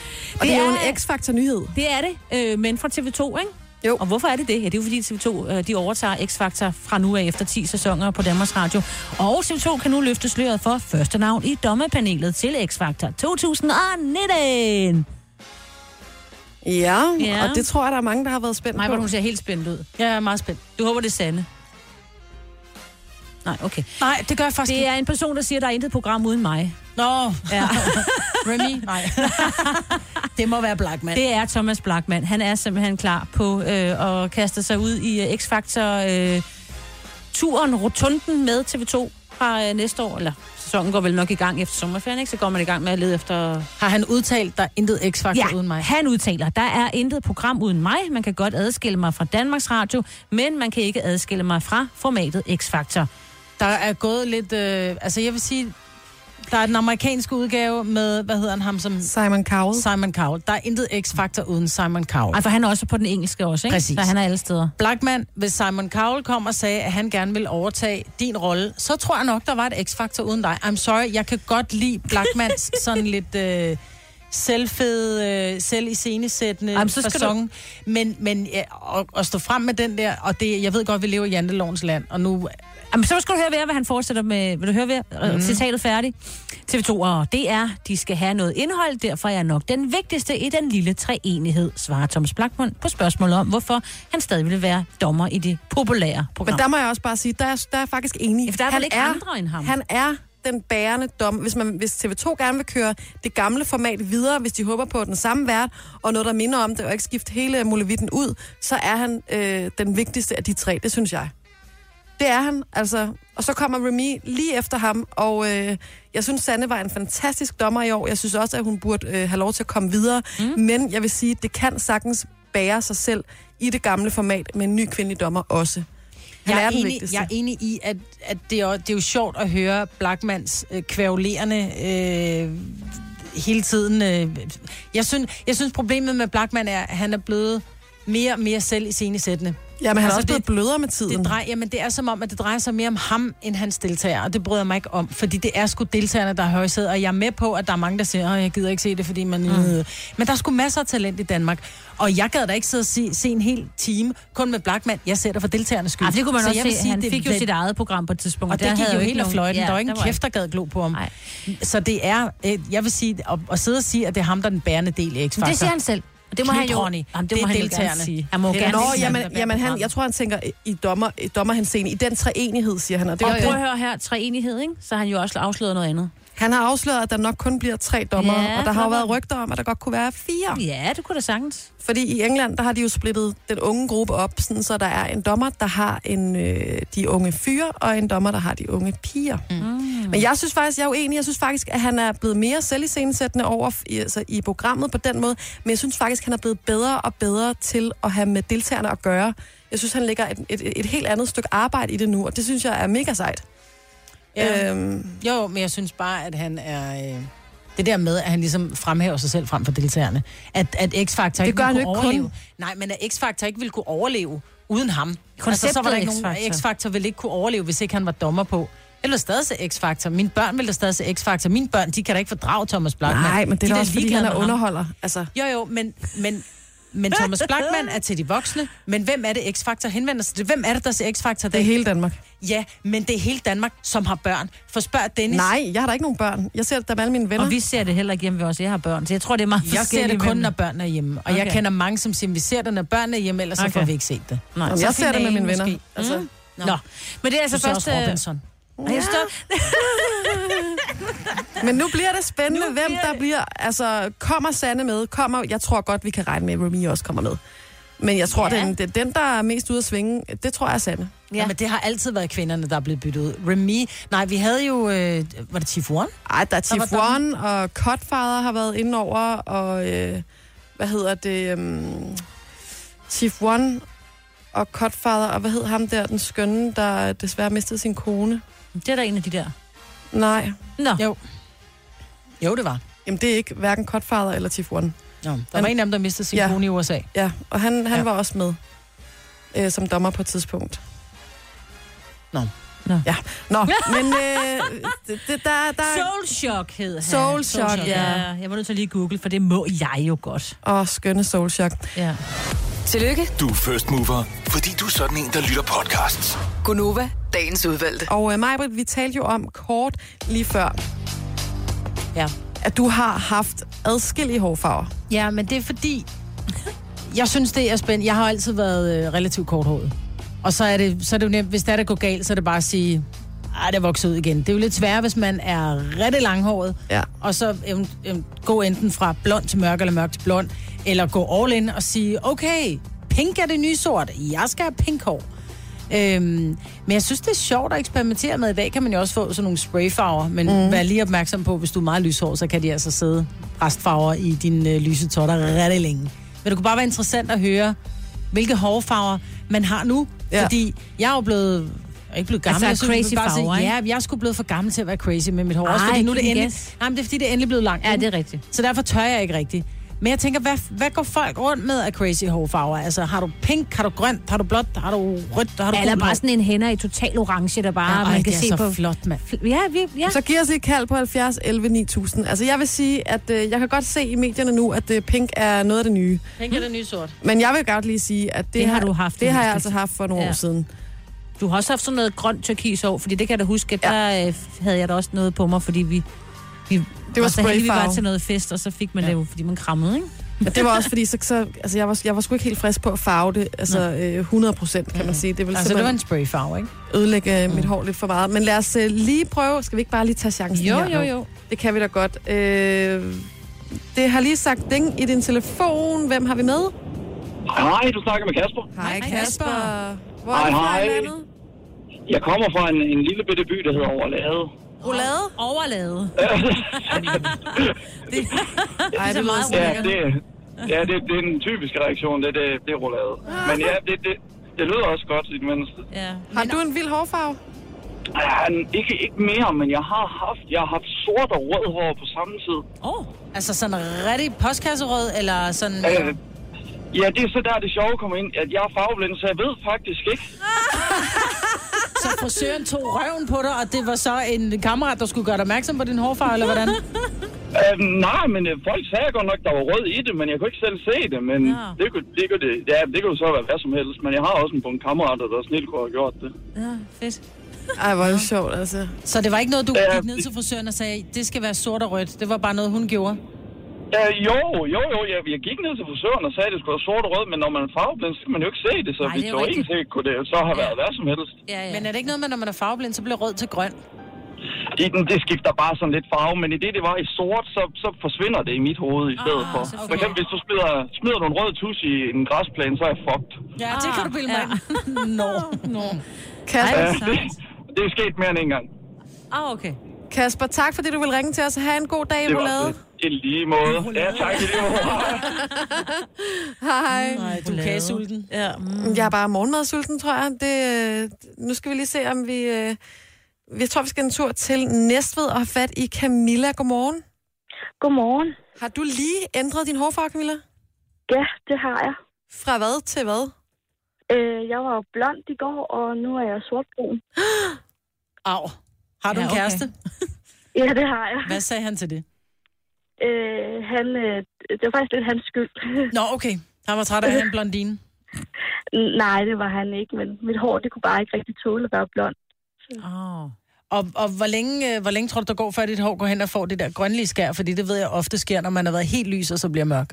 og det er jo en X-Factor-nyhed. Det er det, øh, men fra TV2, ikke? Jo. Og hvorfor er det det? Ja, det er jo fordi TV2 øh, de overtager X-Factor fra nu af efter 10 sæsoner på Danmarks Radio. Og TV2 kan nu løfte sløret for første navn i dommerpanelet til X-Factor 2019. Ja, Ja. og det tror jeg, der er mange, der har været spændt Nej, på. hvor hun ser helt spændt ud. Jeg er meget spændt. Du håber, det er sande. Nej, okay. Nej, det gør jeg faktisk Det er en person, der siger, der er intet program uden mig. ikke. Nå, Ja. Remy, nej. det må være Blackman. Det... Det er Thomas Blackman. Han er simpelthen klar på øh, at kaste sig ud i øh, X-Factor øh, turen rotunden med TV2 fra øh, næste år, eller sæsonen går vel nok i gang efter sommerferien, ikke? Så går man i gang med at lede efter... Har han udtalt, der er intet X-Factor ja. uden mig? han udtaler, der er intet program uden mig. Man kan godt adskille mig fra Danmarks Radio, men man kan ikke adskille mig fra formatet X-Factor. Der er gået lidt... Øh, altså, jeg vil sige, der er den amerikanske udgave med, hvad hedder han, ham som... Simon Cowell. Simon Cowell. Der er intet X-Factor uden Simon Cowell. Ej, for han er også på den engelske også, ikke? Præcis. Så han er alle steder. Blackman, hvis Simon Cowell kom og sagde, at han gerne ville overtage din rolle, så tror jeg nok, der var et X-faktor uden dig. I'm sorry, jeg kan godt lide Blackmans sådan lidt øh, selvfed, øh, selv iscenesættende Jamen, så skal fasong. Men, men ja, og, og stå frem med den der, og det, jeg ved godt, vi lever i jantelovens land, og nu... Jamen, så skal du høre ved, hvad han fortsætter med. Vil du høre øh, ved? Mhm. Mm. Citatet færdigt. TV2 og DR, de skal have noget indhold, derfor er jeg nok den vigtigste i den lille treenighed, svarer Thomas Blackmund på spørgsmålet om, hvorfor han stadig ville være dommer i det populære program. Men der må jeg også bare sige, der er, der er jeg faktisk enig. Ja, for der er vel ikke andre end ham? Han er den bærende dom. Hvis, man, hvis TV2 gerne vil køre det gamle format videre, hvis de håber på den samme vært, og noget, der minder om det, og ikke skifte hele muligheden ud, så er han øh, den vigtigste af de tre, det synes jeg. Det er han, altså. Og så kommer Remy lige efter ham, og øh, jeg synes, Sanne var en fantastisk dommer i år. Jeg synes også, at hun burde øh, have lov til at komme videre. Mm. Men jeg vil sige, det kan sagtens bære sig selv i det gamle format med en ny kvindelig dommer også. Han Jeg er er, den enig, vigtigste. jeg er enig i, at, at det, er, jo- det er jo sjovt at høre Blackmans øh, kvævlerende øh, hele tiden. Øh, jeg, synes, jeg synes, problemet med Blackman er, at han er blevet mere og mere selv i scenesættende. Ja, men han er Altså, også blevet det- blødere med tiden. Det, drej, jamen, det er som om, at det drejer sig mere om ham, end hans deltagere, og det bryder jeg mig ikke om, fordi det er sgu deltagerne, der er højsæde, og jeg er med på, at der er mange, der siger, at jeg gider ikke se det, fordi man... Mm. Men der er sgu masser af talent i Danmark, og jeg gad da ikke sidde og se, se en hel time kun med Blackman. Jeg ser det for deltagernes skyld. Ej, for det kunne man Så også jeg vil se. sige, han det- fik jo det- sit eget program på et tidspunkt. og der det gik havde jo ikke helt af nogen- fløjten. Ja, der var ingen var kæft, der gad glo på ham. Nej. Så det er, øh, jeg vil sige, at, at sidde og sige, at det er ham, der er den bærende del i X-Factor. Men det siger han selv. Og det må han jo, Knytronny. jamen, det Det må er han jo gerne deltagerne. sige. Han må Det er gerne Nå, Nå, sige, jamen, han vil jamen være han, jeg tror, han tænker i- i dommer, i dommer hans scene, i den treenighed, siger han. Og det Og var prøv at det. høre her, treenighed, ikke? Så har han jo også afsløret noget andet. Han har afsløret, at der nok kun bliver tre dommer, Ja, og der har jo kommer. været rygter om, at der godt kunne være fire. Ja, det kunne da sagtens. Fordi i England, der har de jo splittet den unge gruppe op, sådan, så der er en dommer, der har en, øh, de unge fyre, og en dommer, der har de unge piger. Mm. Men jeg synes faktisk, jeg er uenig, jeg synes faktisk, at han er blevet mere selviscenesættende over i, altså, i programmet på den måde, men jeg synes faktisk, han er blevet bedre og bedre til at have med deltagerne at gøre. Jeg synes, han lægger et, et, et helt andet stykke arbejde i det nu, og det synes jeg er mega sejt. Ja. Øhm, Jo, men jeg synes bare, at han er... Øh, det der med, at han ligesom fremhæver sig selv frem for deltagerne. At, at X-Factor ikke gør han ville jo kunne ikke kun. overleve. Nej, men at X-Factor ikke ville kunne overleve uden ham. Altså, Konceptet så var der ikke nogen... X-Factor. X-Factor ville ikke kunne overleve, hvis ikke han var dommer på. Eller stadig se X-Factor. Mine børn vil da stadig se X-Factor. Mine børn, de kan da ikke fordrage Thomas Blackman. nej, men det er de da også, fordi han ligeglade er med ham. underholder. Altså, Jo, jo, men, men, men Thomas Blackman er til de voksne. Men hvem er det, X-Factor henvender sig til? Hvem er det, der ser X-Factor i Det er dag? hele Danmark. Ja, men det er hele Danmark, som har børn. For spørg Dennis. Nej, jeg har da ikke nogen børn. Jeg ser det da med alle mine venner. Og vi ser det heller ikke hjemme ved os. Jeg har børn, så jeg tror, det er meget Jeg ser forskelligt, det kun, men- når børnene er hjemme. Og okay. jeg Okay. kender mange, som siger, vi ser det, når børnene er hjemme, ellers okay. så får Okay. vi ikke set det. Nej, Jamen, så jeg ser det med finalen mine venner. måske. Altså, mm. Nå. Nå. Men det er altså Så først... også Robinson. Øh, jeg står... Men nu bliver det spændende, Nu hvem bliver der det- bliver... Altså, kommer Sanne med? Kommer, jeg tror godt, vi kan regne med, at Romeo også kommer med. Men jeg tror, Ja. ja. den, den, den, der er mest ude at svinge, det tror jeg er Sanne. Ja. men det har altid været kvinderne, der er blevet byttet ud. Remy, nej, vi havde jo, øh, var det Chief One? Ej, der er Chief var One, og Cutfather har været inde over, og... Øh, hvad hedder det? Um, Chief One og Cutfather, og hvad hed ham der, den skønne, der desværre mistede sin kone? Det er da en af de der. Nej. Nå. Jo. Jo, det var. Jamen, det er ikke hverken Cutfather eller Chief One. Jo. Der var en af dem, der mistede sin ja. Ja. kone i USA. Ja, og han, han Ja. ja. var også med øh, som dommer på et tidspunkt. Nå. Nå. Ja, nå, men øh, det, det, der, der er... Soul Shock hed han. Soul Shock, ja. Jeg var nødt til at lige google, for det må jeg jo godt. Åh, skønne soulshock. Ja. Tillykke, Du er first mover, fordi du er sådan en, der lytter podcasts. Gunova, dagens udvalgte. Og øh, Majbrit, vi talte jo om kort lige før, Ja. at du har haft adskillige hårfarver. ja, men det er fordi, jeg synes, det er spændende. Jeg har altid været øh, relativt korthåret. Og så er, det, så er det jo nemt, hvis det er, der går galt, så er det bare at sige, ej, det er vokset ud igen. Det er jo lidt sværere, hvis man er rigtig langhåret, Ja. og så øhm, øhm, gå enten fra blond til mørk eller mørk til blond, eller gå all in og sige, okay, pink er det nye sort, jeg skal have pink hår. Øhm, men jeg synes, det er sjovt at eksperimentere med. I dag kan man jo også få sådan nogle sprayfarver, men mm. vær lige opmærksom på, hvis du er meget lyshåret, så kan de altså sidde restfarver i dine øh, lyse totter rigtig længe. Men det kunne bare være interessant at høre, hvilke hårfarver man har nu, ja. Ja. fordi jeg er jo blevet jeg er ikke blevet gammel. Altså, jeg crazy jeg bare farver, sige, ikke? ja, jeg skulle blevet for gammel til at være crazy med mit hår. Også Ej, fordi nu er det giv den endelig, gas. nej, men det er fordi, det er endelig blevet langt. ja, ikke? det er rigtigt. Så derfor tør jeg ikke rigtigt. Men jeg tænker, hvad, hvad går folk rundt med af crazy hårfarver? Altså, har du pink, har du grønt, har du blåt, har du rødt, har Eller du gult hår? Ah, bare sådan en hænder i total orange, der bare Ja, man ej, kan det er se så på. flot, mand. Ja, vi, ja. Så giv os et kald på 70 11 9000. Altså, jeg vil sige, at øh, jeg kan godt se i medierne nu, at øh, pink er noget af det nye. Pink er det nye sort. Men jeg vil godt lige sige, at det, Det har du haft, det har jeg Lisbeth. altså haft for nogle Ja. ja. år siden. Du har også haft sådan noget grønt turkis over, fordi det kan jeg da huske, at der ja. havde jeg da også noget på mig, fordi vi... vi Det var så heldige, vi var sprayfarve. til noget fest, og så fik man ja. det jo, fordi man krammede, ikke? Men det var også fordi, så, så, altså, jeg, var, jeg var sgu ikke helt frisk på at farve det. Altså øh, 100 procent, kan man sige. Det ville Altså, det var en simpelthen Mm. sprayfarve, ikke? ødelægge øh, mit hår lidt for meget. Men lad os øh, lige prøve. Skal vi ikke bare lige tage chancen her nu? Det kan vi da godt. Øh, det har lige sagt ding i din telefon. Hvem har vi med? Hej, du snakker med Kasper. Hej Kasper. Hvor er du Hej, fra i hej. landet? Jeg kommer fra en, en lille bitte by, der hedder Overlade. Roulade? Overlade. Ej, det lyder meget sådan Ja, lækkert. det, ja det, det er den typiske reaktion, det, det, det er Rolade. Men ja, det, det, det lyder også godt i det mindste. Ja. Har du en vild hårfarve? Ja, ikke, ikke mere, men jeg har haft, jeg har haft sort og rød hår på samme tid. Oh. Altså sådan en rigtig postkasserød, eller sådan... Øh, ja, det er så der, det sjove kommer ind, at jeg er farveblind, så jeg ved faktisk ikke. Så frisøren tog røven på dig, og det var så en kammerat, der skulle gøre dig opmærksom på din hårfarve, eller hvordan? Øh, nej, men øh, folk sagde godt nok, der var rød i det, men jeg kunne ikke selv se det. Men Nå. det, kunne, det, kunne det, ja, det kunne så være hvad som helst, men jeg har også en bunke kammerater, der snilt kunne have gjort det. Ja, fedt. Ej, hvor er det sjovt, altså. Så det var ikke noget, du Ja, gik ned det- til frisøren og sagde, det skal være sort og rødt. Det var bare noget, hun gjorde. Øh, jo, jo, jo, jeg, jeg gik ned til frisøren og sagde, at det skulle være sort og rød, men når man er farveblind, så kan man jo ikke se det, så Nej, vi det er så rigtigt. ikke set, kunne det så have været hvad som helst. Ja, ja. Men er det ikke noget med, når man er farveblind, så bliver rød til grøn? I den, det skifter bare sådan lidt farve, men i det, det var i sort, så, så forsvinder det i mit hoved i stedet Ah, for. selvfølgelig. For eksempel, hvis du smider, smider du en rød tus i en græsplæne, så er jeg fucked. Ja, det kan du bilde mig. Ja. Nå. Nå. Kasper, Ja, Øh, det, det er sket mere end en gang. Ah, okay. Kasper, tak fordi du vil ringe til os. Ha' en god dag i Det var det. Rolade. I lige måde. Ja, tak i lige måde. Hej. Mm, Nej, du er kagesulten. Ja, mm. Jeg er bare morgenmadsulten, tror jeg. Det, øh, nu skal vi lige se, om vi... Øh, jeg tror, vi skal en tur til Næstved og have fat i Camilla. Godmorgen. Godmorgen. Har du lige ændret din hårfarve, Camilla? Ja, det har jeg. Fra hvad til hvad? Øh, jeg var jo blond i går, og nu er jeg sortbrun. Ah. Au. Har du Ja, ja, en okay. kæreste? Ja, det har jeg. Hvad sagde han til det? Øh, han, øh, det var faktisk lidt hans skyld. Nå, okay. Han var træt af at have en blondine. Nej, det var han ikke, men mit hår, det kunne bare ikke rigtig tåle at være blond. Oh. Og, og hvor, længe, øh, hvor længe tror du, der går, før dit hår går hen og får det der grønlige skær? Fordi det ved jeg ofte sker, når man har været helt lys, og så bliver mørk.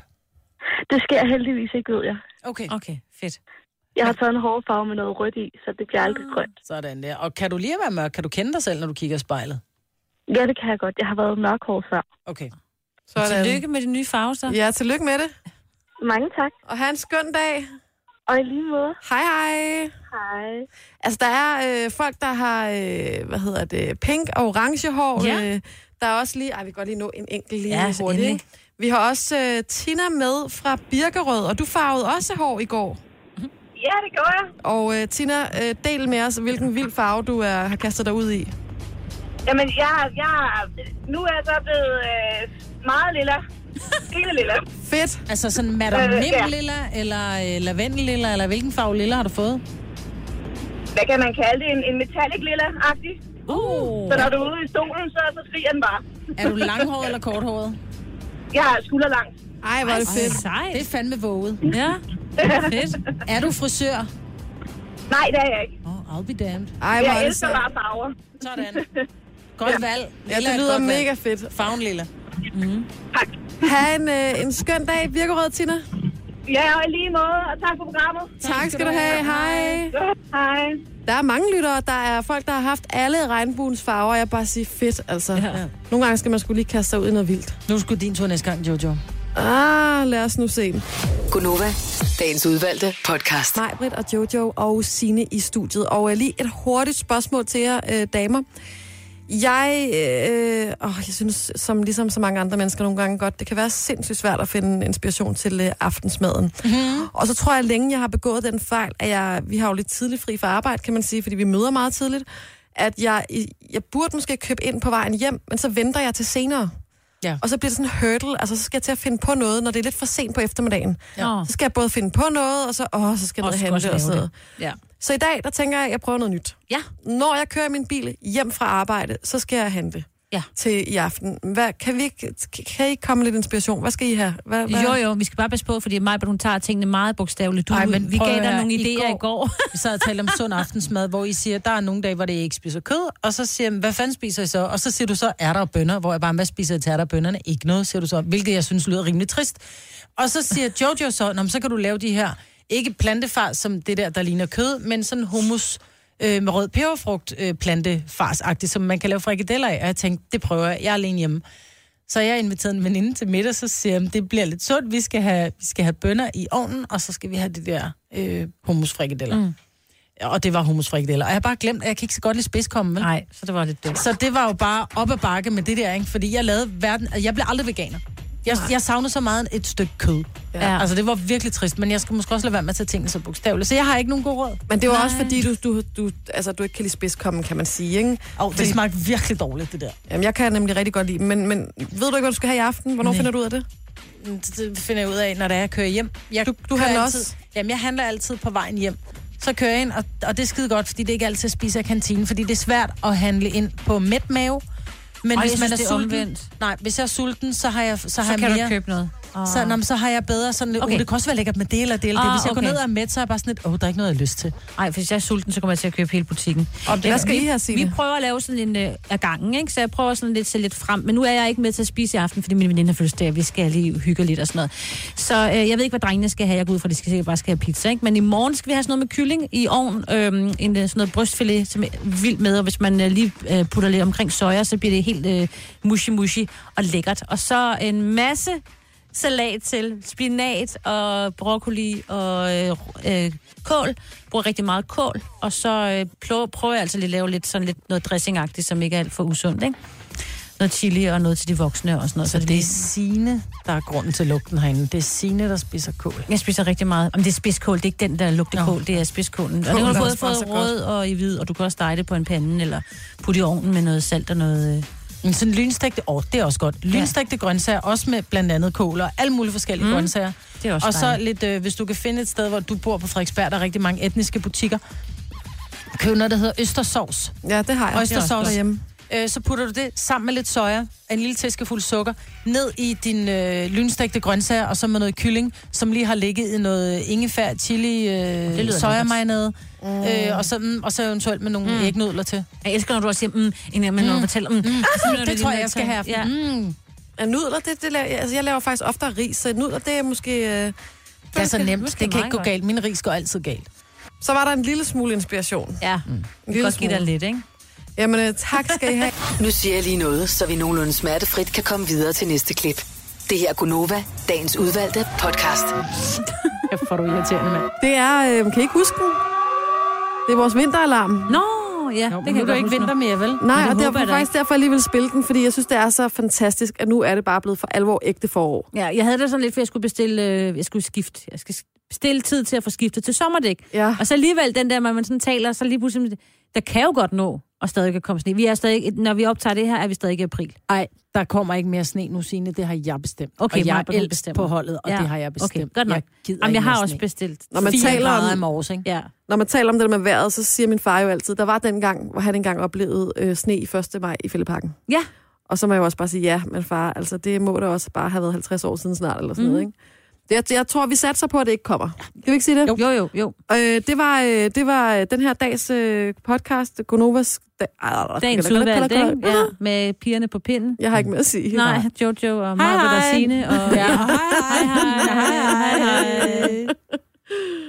Det sker heldigvis ikke, ved jeg. Okay. Okay, fedt. Jeg har taget en hårfarve med noget rødt i, så det bliver aldrig grønt. Sådan der. Og kan du lige være mørk? Kan du kende dig selv, når du kigger i spejlet? Ja, det kan jeg godt. Jeg har været mørkhåret før. Okay. Sådan. Tillykke med de nye farver, så. Ja, tillykke med det. Mange tak. Og have en skøn dag. Og i lige måde. Hej hej. Hej. Altså, der er øh, folk, der har, øh, hvad hedder det, pink og orange hår. Ja. Øh, der er også lige, ej, vi kan godt lige nå en enkelt lige Ja, ja, altså, hurtigt. endelig. Ikke? Vi har også øh, Tina med fra Birkerød, og du farvede også hår i går. Ja, det gjorde jeg. Og øh, Tina, øh, del med os, hvilken vild farve du er, har kastet dig ud i. Jamen, jeg, jeg, nu er jeg så blevet øh, meget lilla. Hele lilla. Fedt. Altså sådan Madame Øh, Mim ja. lilla, eller øh, Lavendel lilla, eller hvilken farve lilla har du fået? Hvad kan man kalde det? En, en metallic lilla-agtig. Uh. Så når du er ude i stolen, så, så skriger den bare. Er du langhåret eller korthåret? Jeg er skulderlangt. Ej, hvor er det fedt. Det er Sejt. fandme våget. Ja, fedt. Er du frisør? Nej, det er jeg ikke. Åh, oh, I'll be damned. Ej, hvor Jeg er det elsker sejt. bare farver. Sådan. Godt valg. Lilla Ja, er det et lyder godt valg. mega fedt. Farven lilla. Tak. Ha' en, øh, en skøn dag, Birkerød, Tina. Ja, og i lige måde. Og tak for programmet. Tak skal du have. Hej. Hej. Der er mange lyttere. Der er folk, der har haft alle regnbuens farver. Jeg vil bare sige fedt, altså. Ja. Nogle gange skal man skulle lige kaste sig ud i noget vildt. Nu skulle din tur næste gang, Jojo. Ah, lad os nu se. Gunova, dagens udvalgte podcast. Majbrit og Jojo og Sine i studiet. Og øh, lige et hurtigt spørgsmål til jer, øh, damer. Jeg, øh, åh, jeg synes, som ligesom så mange andre mennesker nogle gange godt, det kan være sindssygt svært at finde inspiration til øh, aftensmaden. Mm-hmm. Og så tror jeg længe, jeg har begået den fejl, at jeg, vi har jo lidt tidligt fri fra arbejde, kan man sige, fordi vi møder meget tidligt, at jeg, jeg burde måske købe ind på vejen hjem, men så venter jeg til senere. Ja. Og så bliver det sådan en hurdle, altså så skal jeg til at finde på noget, når det er lidt for sent på eftermiddagen. Ja. Så skal jeg både finde på noget, og så, åh, så skal jeg Og ned og så hente skal og også sådan lave Ja. noget. Så i dag, der tænker jeg, at jeg prøver noget nyt. Ja. Når jeg kører min bil hjem fra arbejde, så skal jeg hente Ja. til i aften. Hvad, kan, vi ikke, kan I ikke komme lidt inspiration? Hvad skal I have? Hvad, hvad? Jo, jo, vi skal bare passe på, fordi Majbert, hun tager tingene meget bogstaveligt. Du, Ej, Ej, men men vi prøv gav at dig høre, nogle i idéer i går. Vi sad og talte om sund aftensmad, hvor I siger, der er nogle dage, hvor det ikke spiser kød, og så siger jeg, hvad fanden spiser I så? Og så siger du så, er der bønner, hvor jeg bare, hvad spiser I til, er der bønnerne? Ikke noget, siger du så, hvilket jeg synes lyder rimelig trist. Og så siger Jojo så, Nå, men så kan du lave de her, ikke plantefars som det der, der ligner kød, men sådan hummus øh, med rød peberfrugt øh, plantefarsagtigt, som man kan lave frikadeller af. Og jeg tænkte, det prøver jeg, jeg er alene hjemme. Så jeg inviterede en veninde til middag, så siger jeg, det bliver lidt sundt, vi skal have, vi skal have bønner i ovnen, og så skal vi have de der øh, hummusfrikadeller. Mm. Og det var hummusfrikadeller. Og jeg har bare glemt, at jeg kan ikke så godt lide spidskomme, vel? Nej, så det var lidt dumt. Så det var jo bare op ad bakke med det der, ikke? Fordi jeg lavede verden... altså, Jeg blev aldrig veganer. Jeg, jeg savnede så meget et stykke kød. Ja. Altså, det var virkelig trist, men jeg skal måske også lade være med at tage tingene så bogstaveligt. Så jeg har ikke nogen god råd. Men det er jo også fordi, du, du, du, altså, du ikke kan lide spidskommen, kan man sige. Ikke? Og det smagte virkelig dårligt, det der. Jamen, jeg kan nemlig rigtig godt lide dem, men, men ved du ikke, hvad du skal have i aften? Hvornår Nej. finder du ud af det? Mm, Det- Det finder jeg ud af, når det er, jeg kører hjem. Jeg Du- du kører handler altid, også? Jamen, jeg handler altid på vejen hjem. Så kører jeg ind, og, og det er skide godt, fordi det er ikke altid at spise af kantinen, fordi det er svært at handle ind på mæt mave. Men Ej, hvis jeg man synes, er det er sulten, omvendt. nej, hvis jeg er sulten, så har jeg så, Så har kan jeg du mere. ikke købe noget. Oh. Så, nå, men så har jeg bedre sådan lidt, okay. Okay. uh, det kan også være lækkert med det eller det eller det. Ah, Hvis jeg går okay. ned og er med, så er jeg bare sådan lidt, åh, oh, der er ikke noget, jeg har lyst til. Ej, hvis jeg er sulten, så kommer jeg til at købe hele butikken. Og hvad skal I have, Signe? Vi prøver at lave sådan en øh, af gangen, ikke? så jeg prøver sådan lidt til lidt frem. Men nu er jeg ikke med til at spise i aften, fordi min veninde har fødselsdag, og vi skal lige hygge lidt og sådan noget. Så øh, jeg ved ikke, hvad drengene skal have. Jeg går ud fra, at de skal sikkert bare skal have pizza. Ikke? Men i morgen skal vi have sådan noget med kylling i ovnen. Øh, en, øh, sådan noget brystfilet, som er vildt med. Og hvis man øh, lige øh, putter lidt omkring soja, så bliver det helt øh, mushi-mushi og lækkert. Og så en masse salat til, spinat og broccoli og øh, øh, kål. Jeg bruger rigtig meget kål, og så øh, plå- prøver jeg altså lige at lave lidt, sådan lidt noget dressingagtigt, som ikke er alt for usundt, ikke? Noget chili og noget til de voksne og sådan noget. Så det er Sine, der er grunden til lugten herinde. Det er Sine, der spiser kål. jeg spiser rigtig meget. Om det er spidskål, det er ikke den, der lugter kål, det er spidskålen. Og det Kålen kan er du både også få bare så i rød og i hvid, og du kan også stege det på en pande, eller putte i ovnen med noget salt og noget... Øh. Men sådan lynstægte, åh, det er også godt. Lynstægte ja. grøntsager, også med blandt andet kål og alle mulige forskellige mm. grøntsager. Det er også og så dejligt. lidt, øh, hvis du kan finde et sted, hvor du bor på Frederiksberg, der er rigtig mange etniske butikker, køb noget, der hedder Østersovs. Ja, det har jeg. Oystersauce. derhjemme. øh, så putter du det sammen med lidt soja, en lille tæskefuld sukker, ned i din øh, lynstægte grøntsager, og så med noget kylling, som lige har ligget i noget ingefær, chili, øh, lyder sojamarinade, øh, og, så, mm, og så eventuelt med nogle mm. ægnudler til. Jeg elsker, når du også siger, mm, inden man mm. fortæller, mm. mm. Det tror jeg, jeg skal have. Ja. Ja. Mm. Ja, nudler, det, det laver, altså, jeg laver faktisk oftere ris, så nudler, det er måske... Øh, Det er så det nemt. skal Det kan meget ikke gå godt. galt. Min ris går altid galt. så var der en lille smule inspiration. ja. Mm. Vi kan Lille godt give dig smule. lidt, ikke? Jamen, øh, tak skal I have. Nu siger jeg lige noget, så vi nogenlunde smertefrit kan komme videre til næste klip. Det her er Gunova, dagens udvalgte podcast. Jeg får du irriterende, mand. Det er, øh, kan I ikke huske den? Det er vores vinteralarm. Nå, ja, Jo, det kan men jeg nu godt er du ikke huske nu. vinter mere, vel? Nej, og håber det jeg var da faktisk derfor, jeg lige ville spille den, fordi jeg synes, det er så fantastisk, at nu er det bare blevet for alvor ægte forår. Ja, jeg havde det sådan lidt, for jeg skulle bestille, øh, jeg skulle skifte, jeg skal bestille tid til at få skiftet til sommerdæk. Ja. Og så alligevel den der, når man sådan taler, så lige pludselig, der kan jo godt nå og stadig kan komme sne. Vi er stadig, når vi optager det her, er vi stadig i april. Nej, der kommer ikke mere sne nu, Signe. Det har jeg bestemt. Okay, og jeg Maj-Brit, hun ældst bestemmer. på holdet, og Ja, ja. det har jeg bestemt. Okay, godt nok. Jeg gider Jamen, jeg ikke har mere også sne. bestilt. Når man, Fire taler grader i om, morges, ikke? Ja. når man taler om det der med vejret, så siger min far jo altid, der var den gang, hvor han engang oplevede øh, sne i 1. maj i Fælleparken. Ja. Og så må jeg jo også bare sige, ja, men far, altså det må da også bare have været 50 år siden snart, eller sådan mm. Mhm. noget, ikke? Det, jeg, jeg tror, vi satser på, at det ikke kommer. Kan vi ikke sige det? Jo, jo, jo. Øh, det, var, øh, det var øh, den her dags øh, podcast, Gonovas... Da, ej, Dagens udvalg, ikke? Ja, med pigerne på pinden. Jeg har ikke mere at sige. Nej, Jojo og Marve hej. og Signe. Og, ja. hej, hej, hej, hej, hej.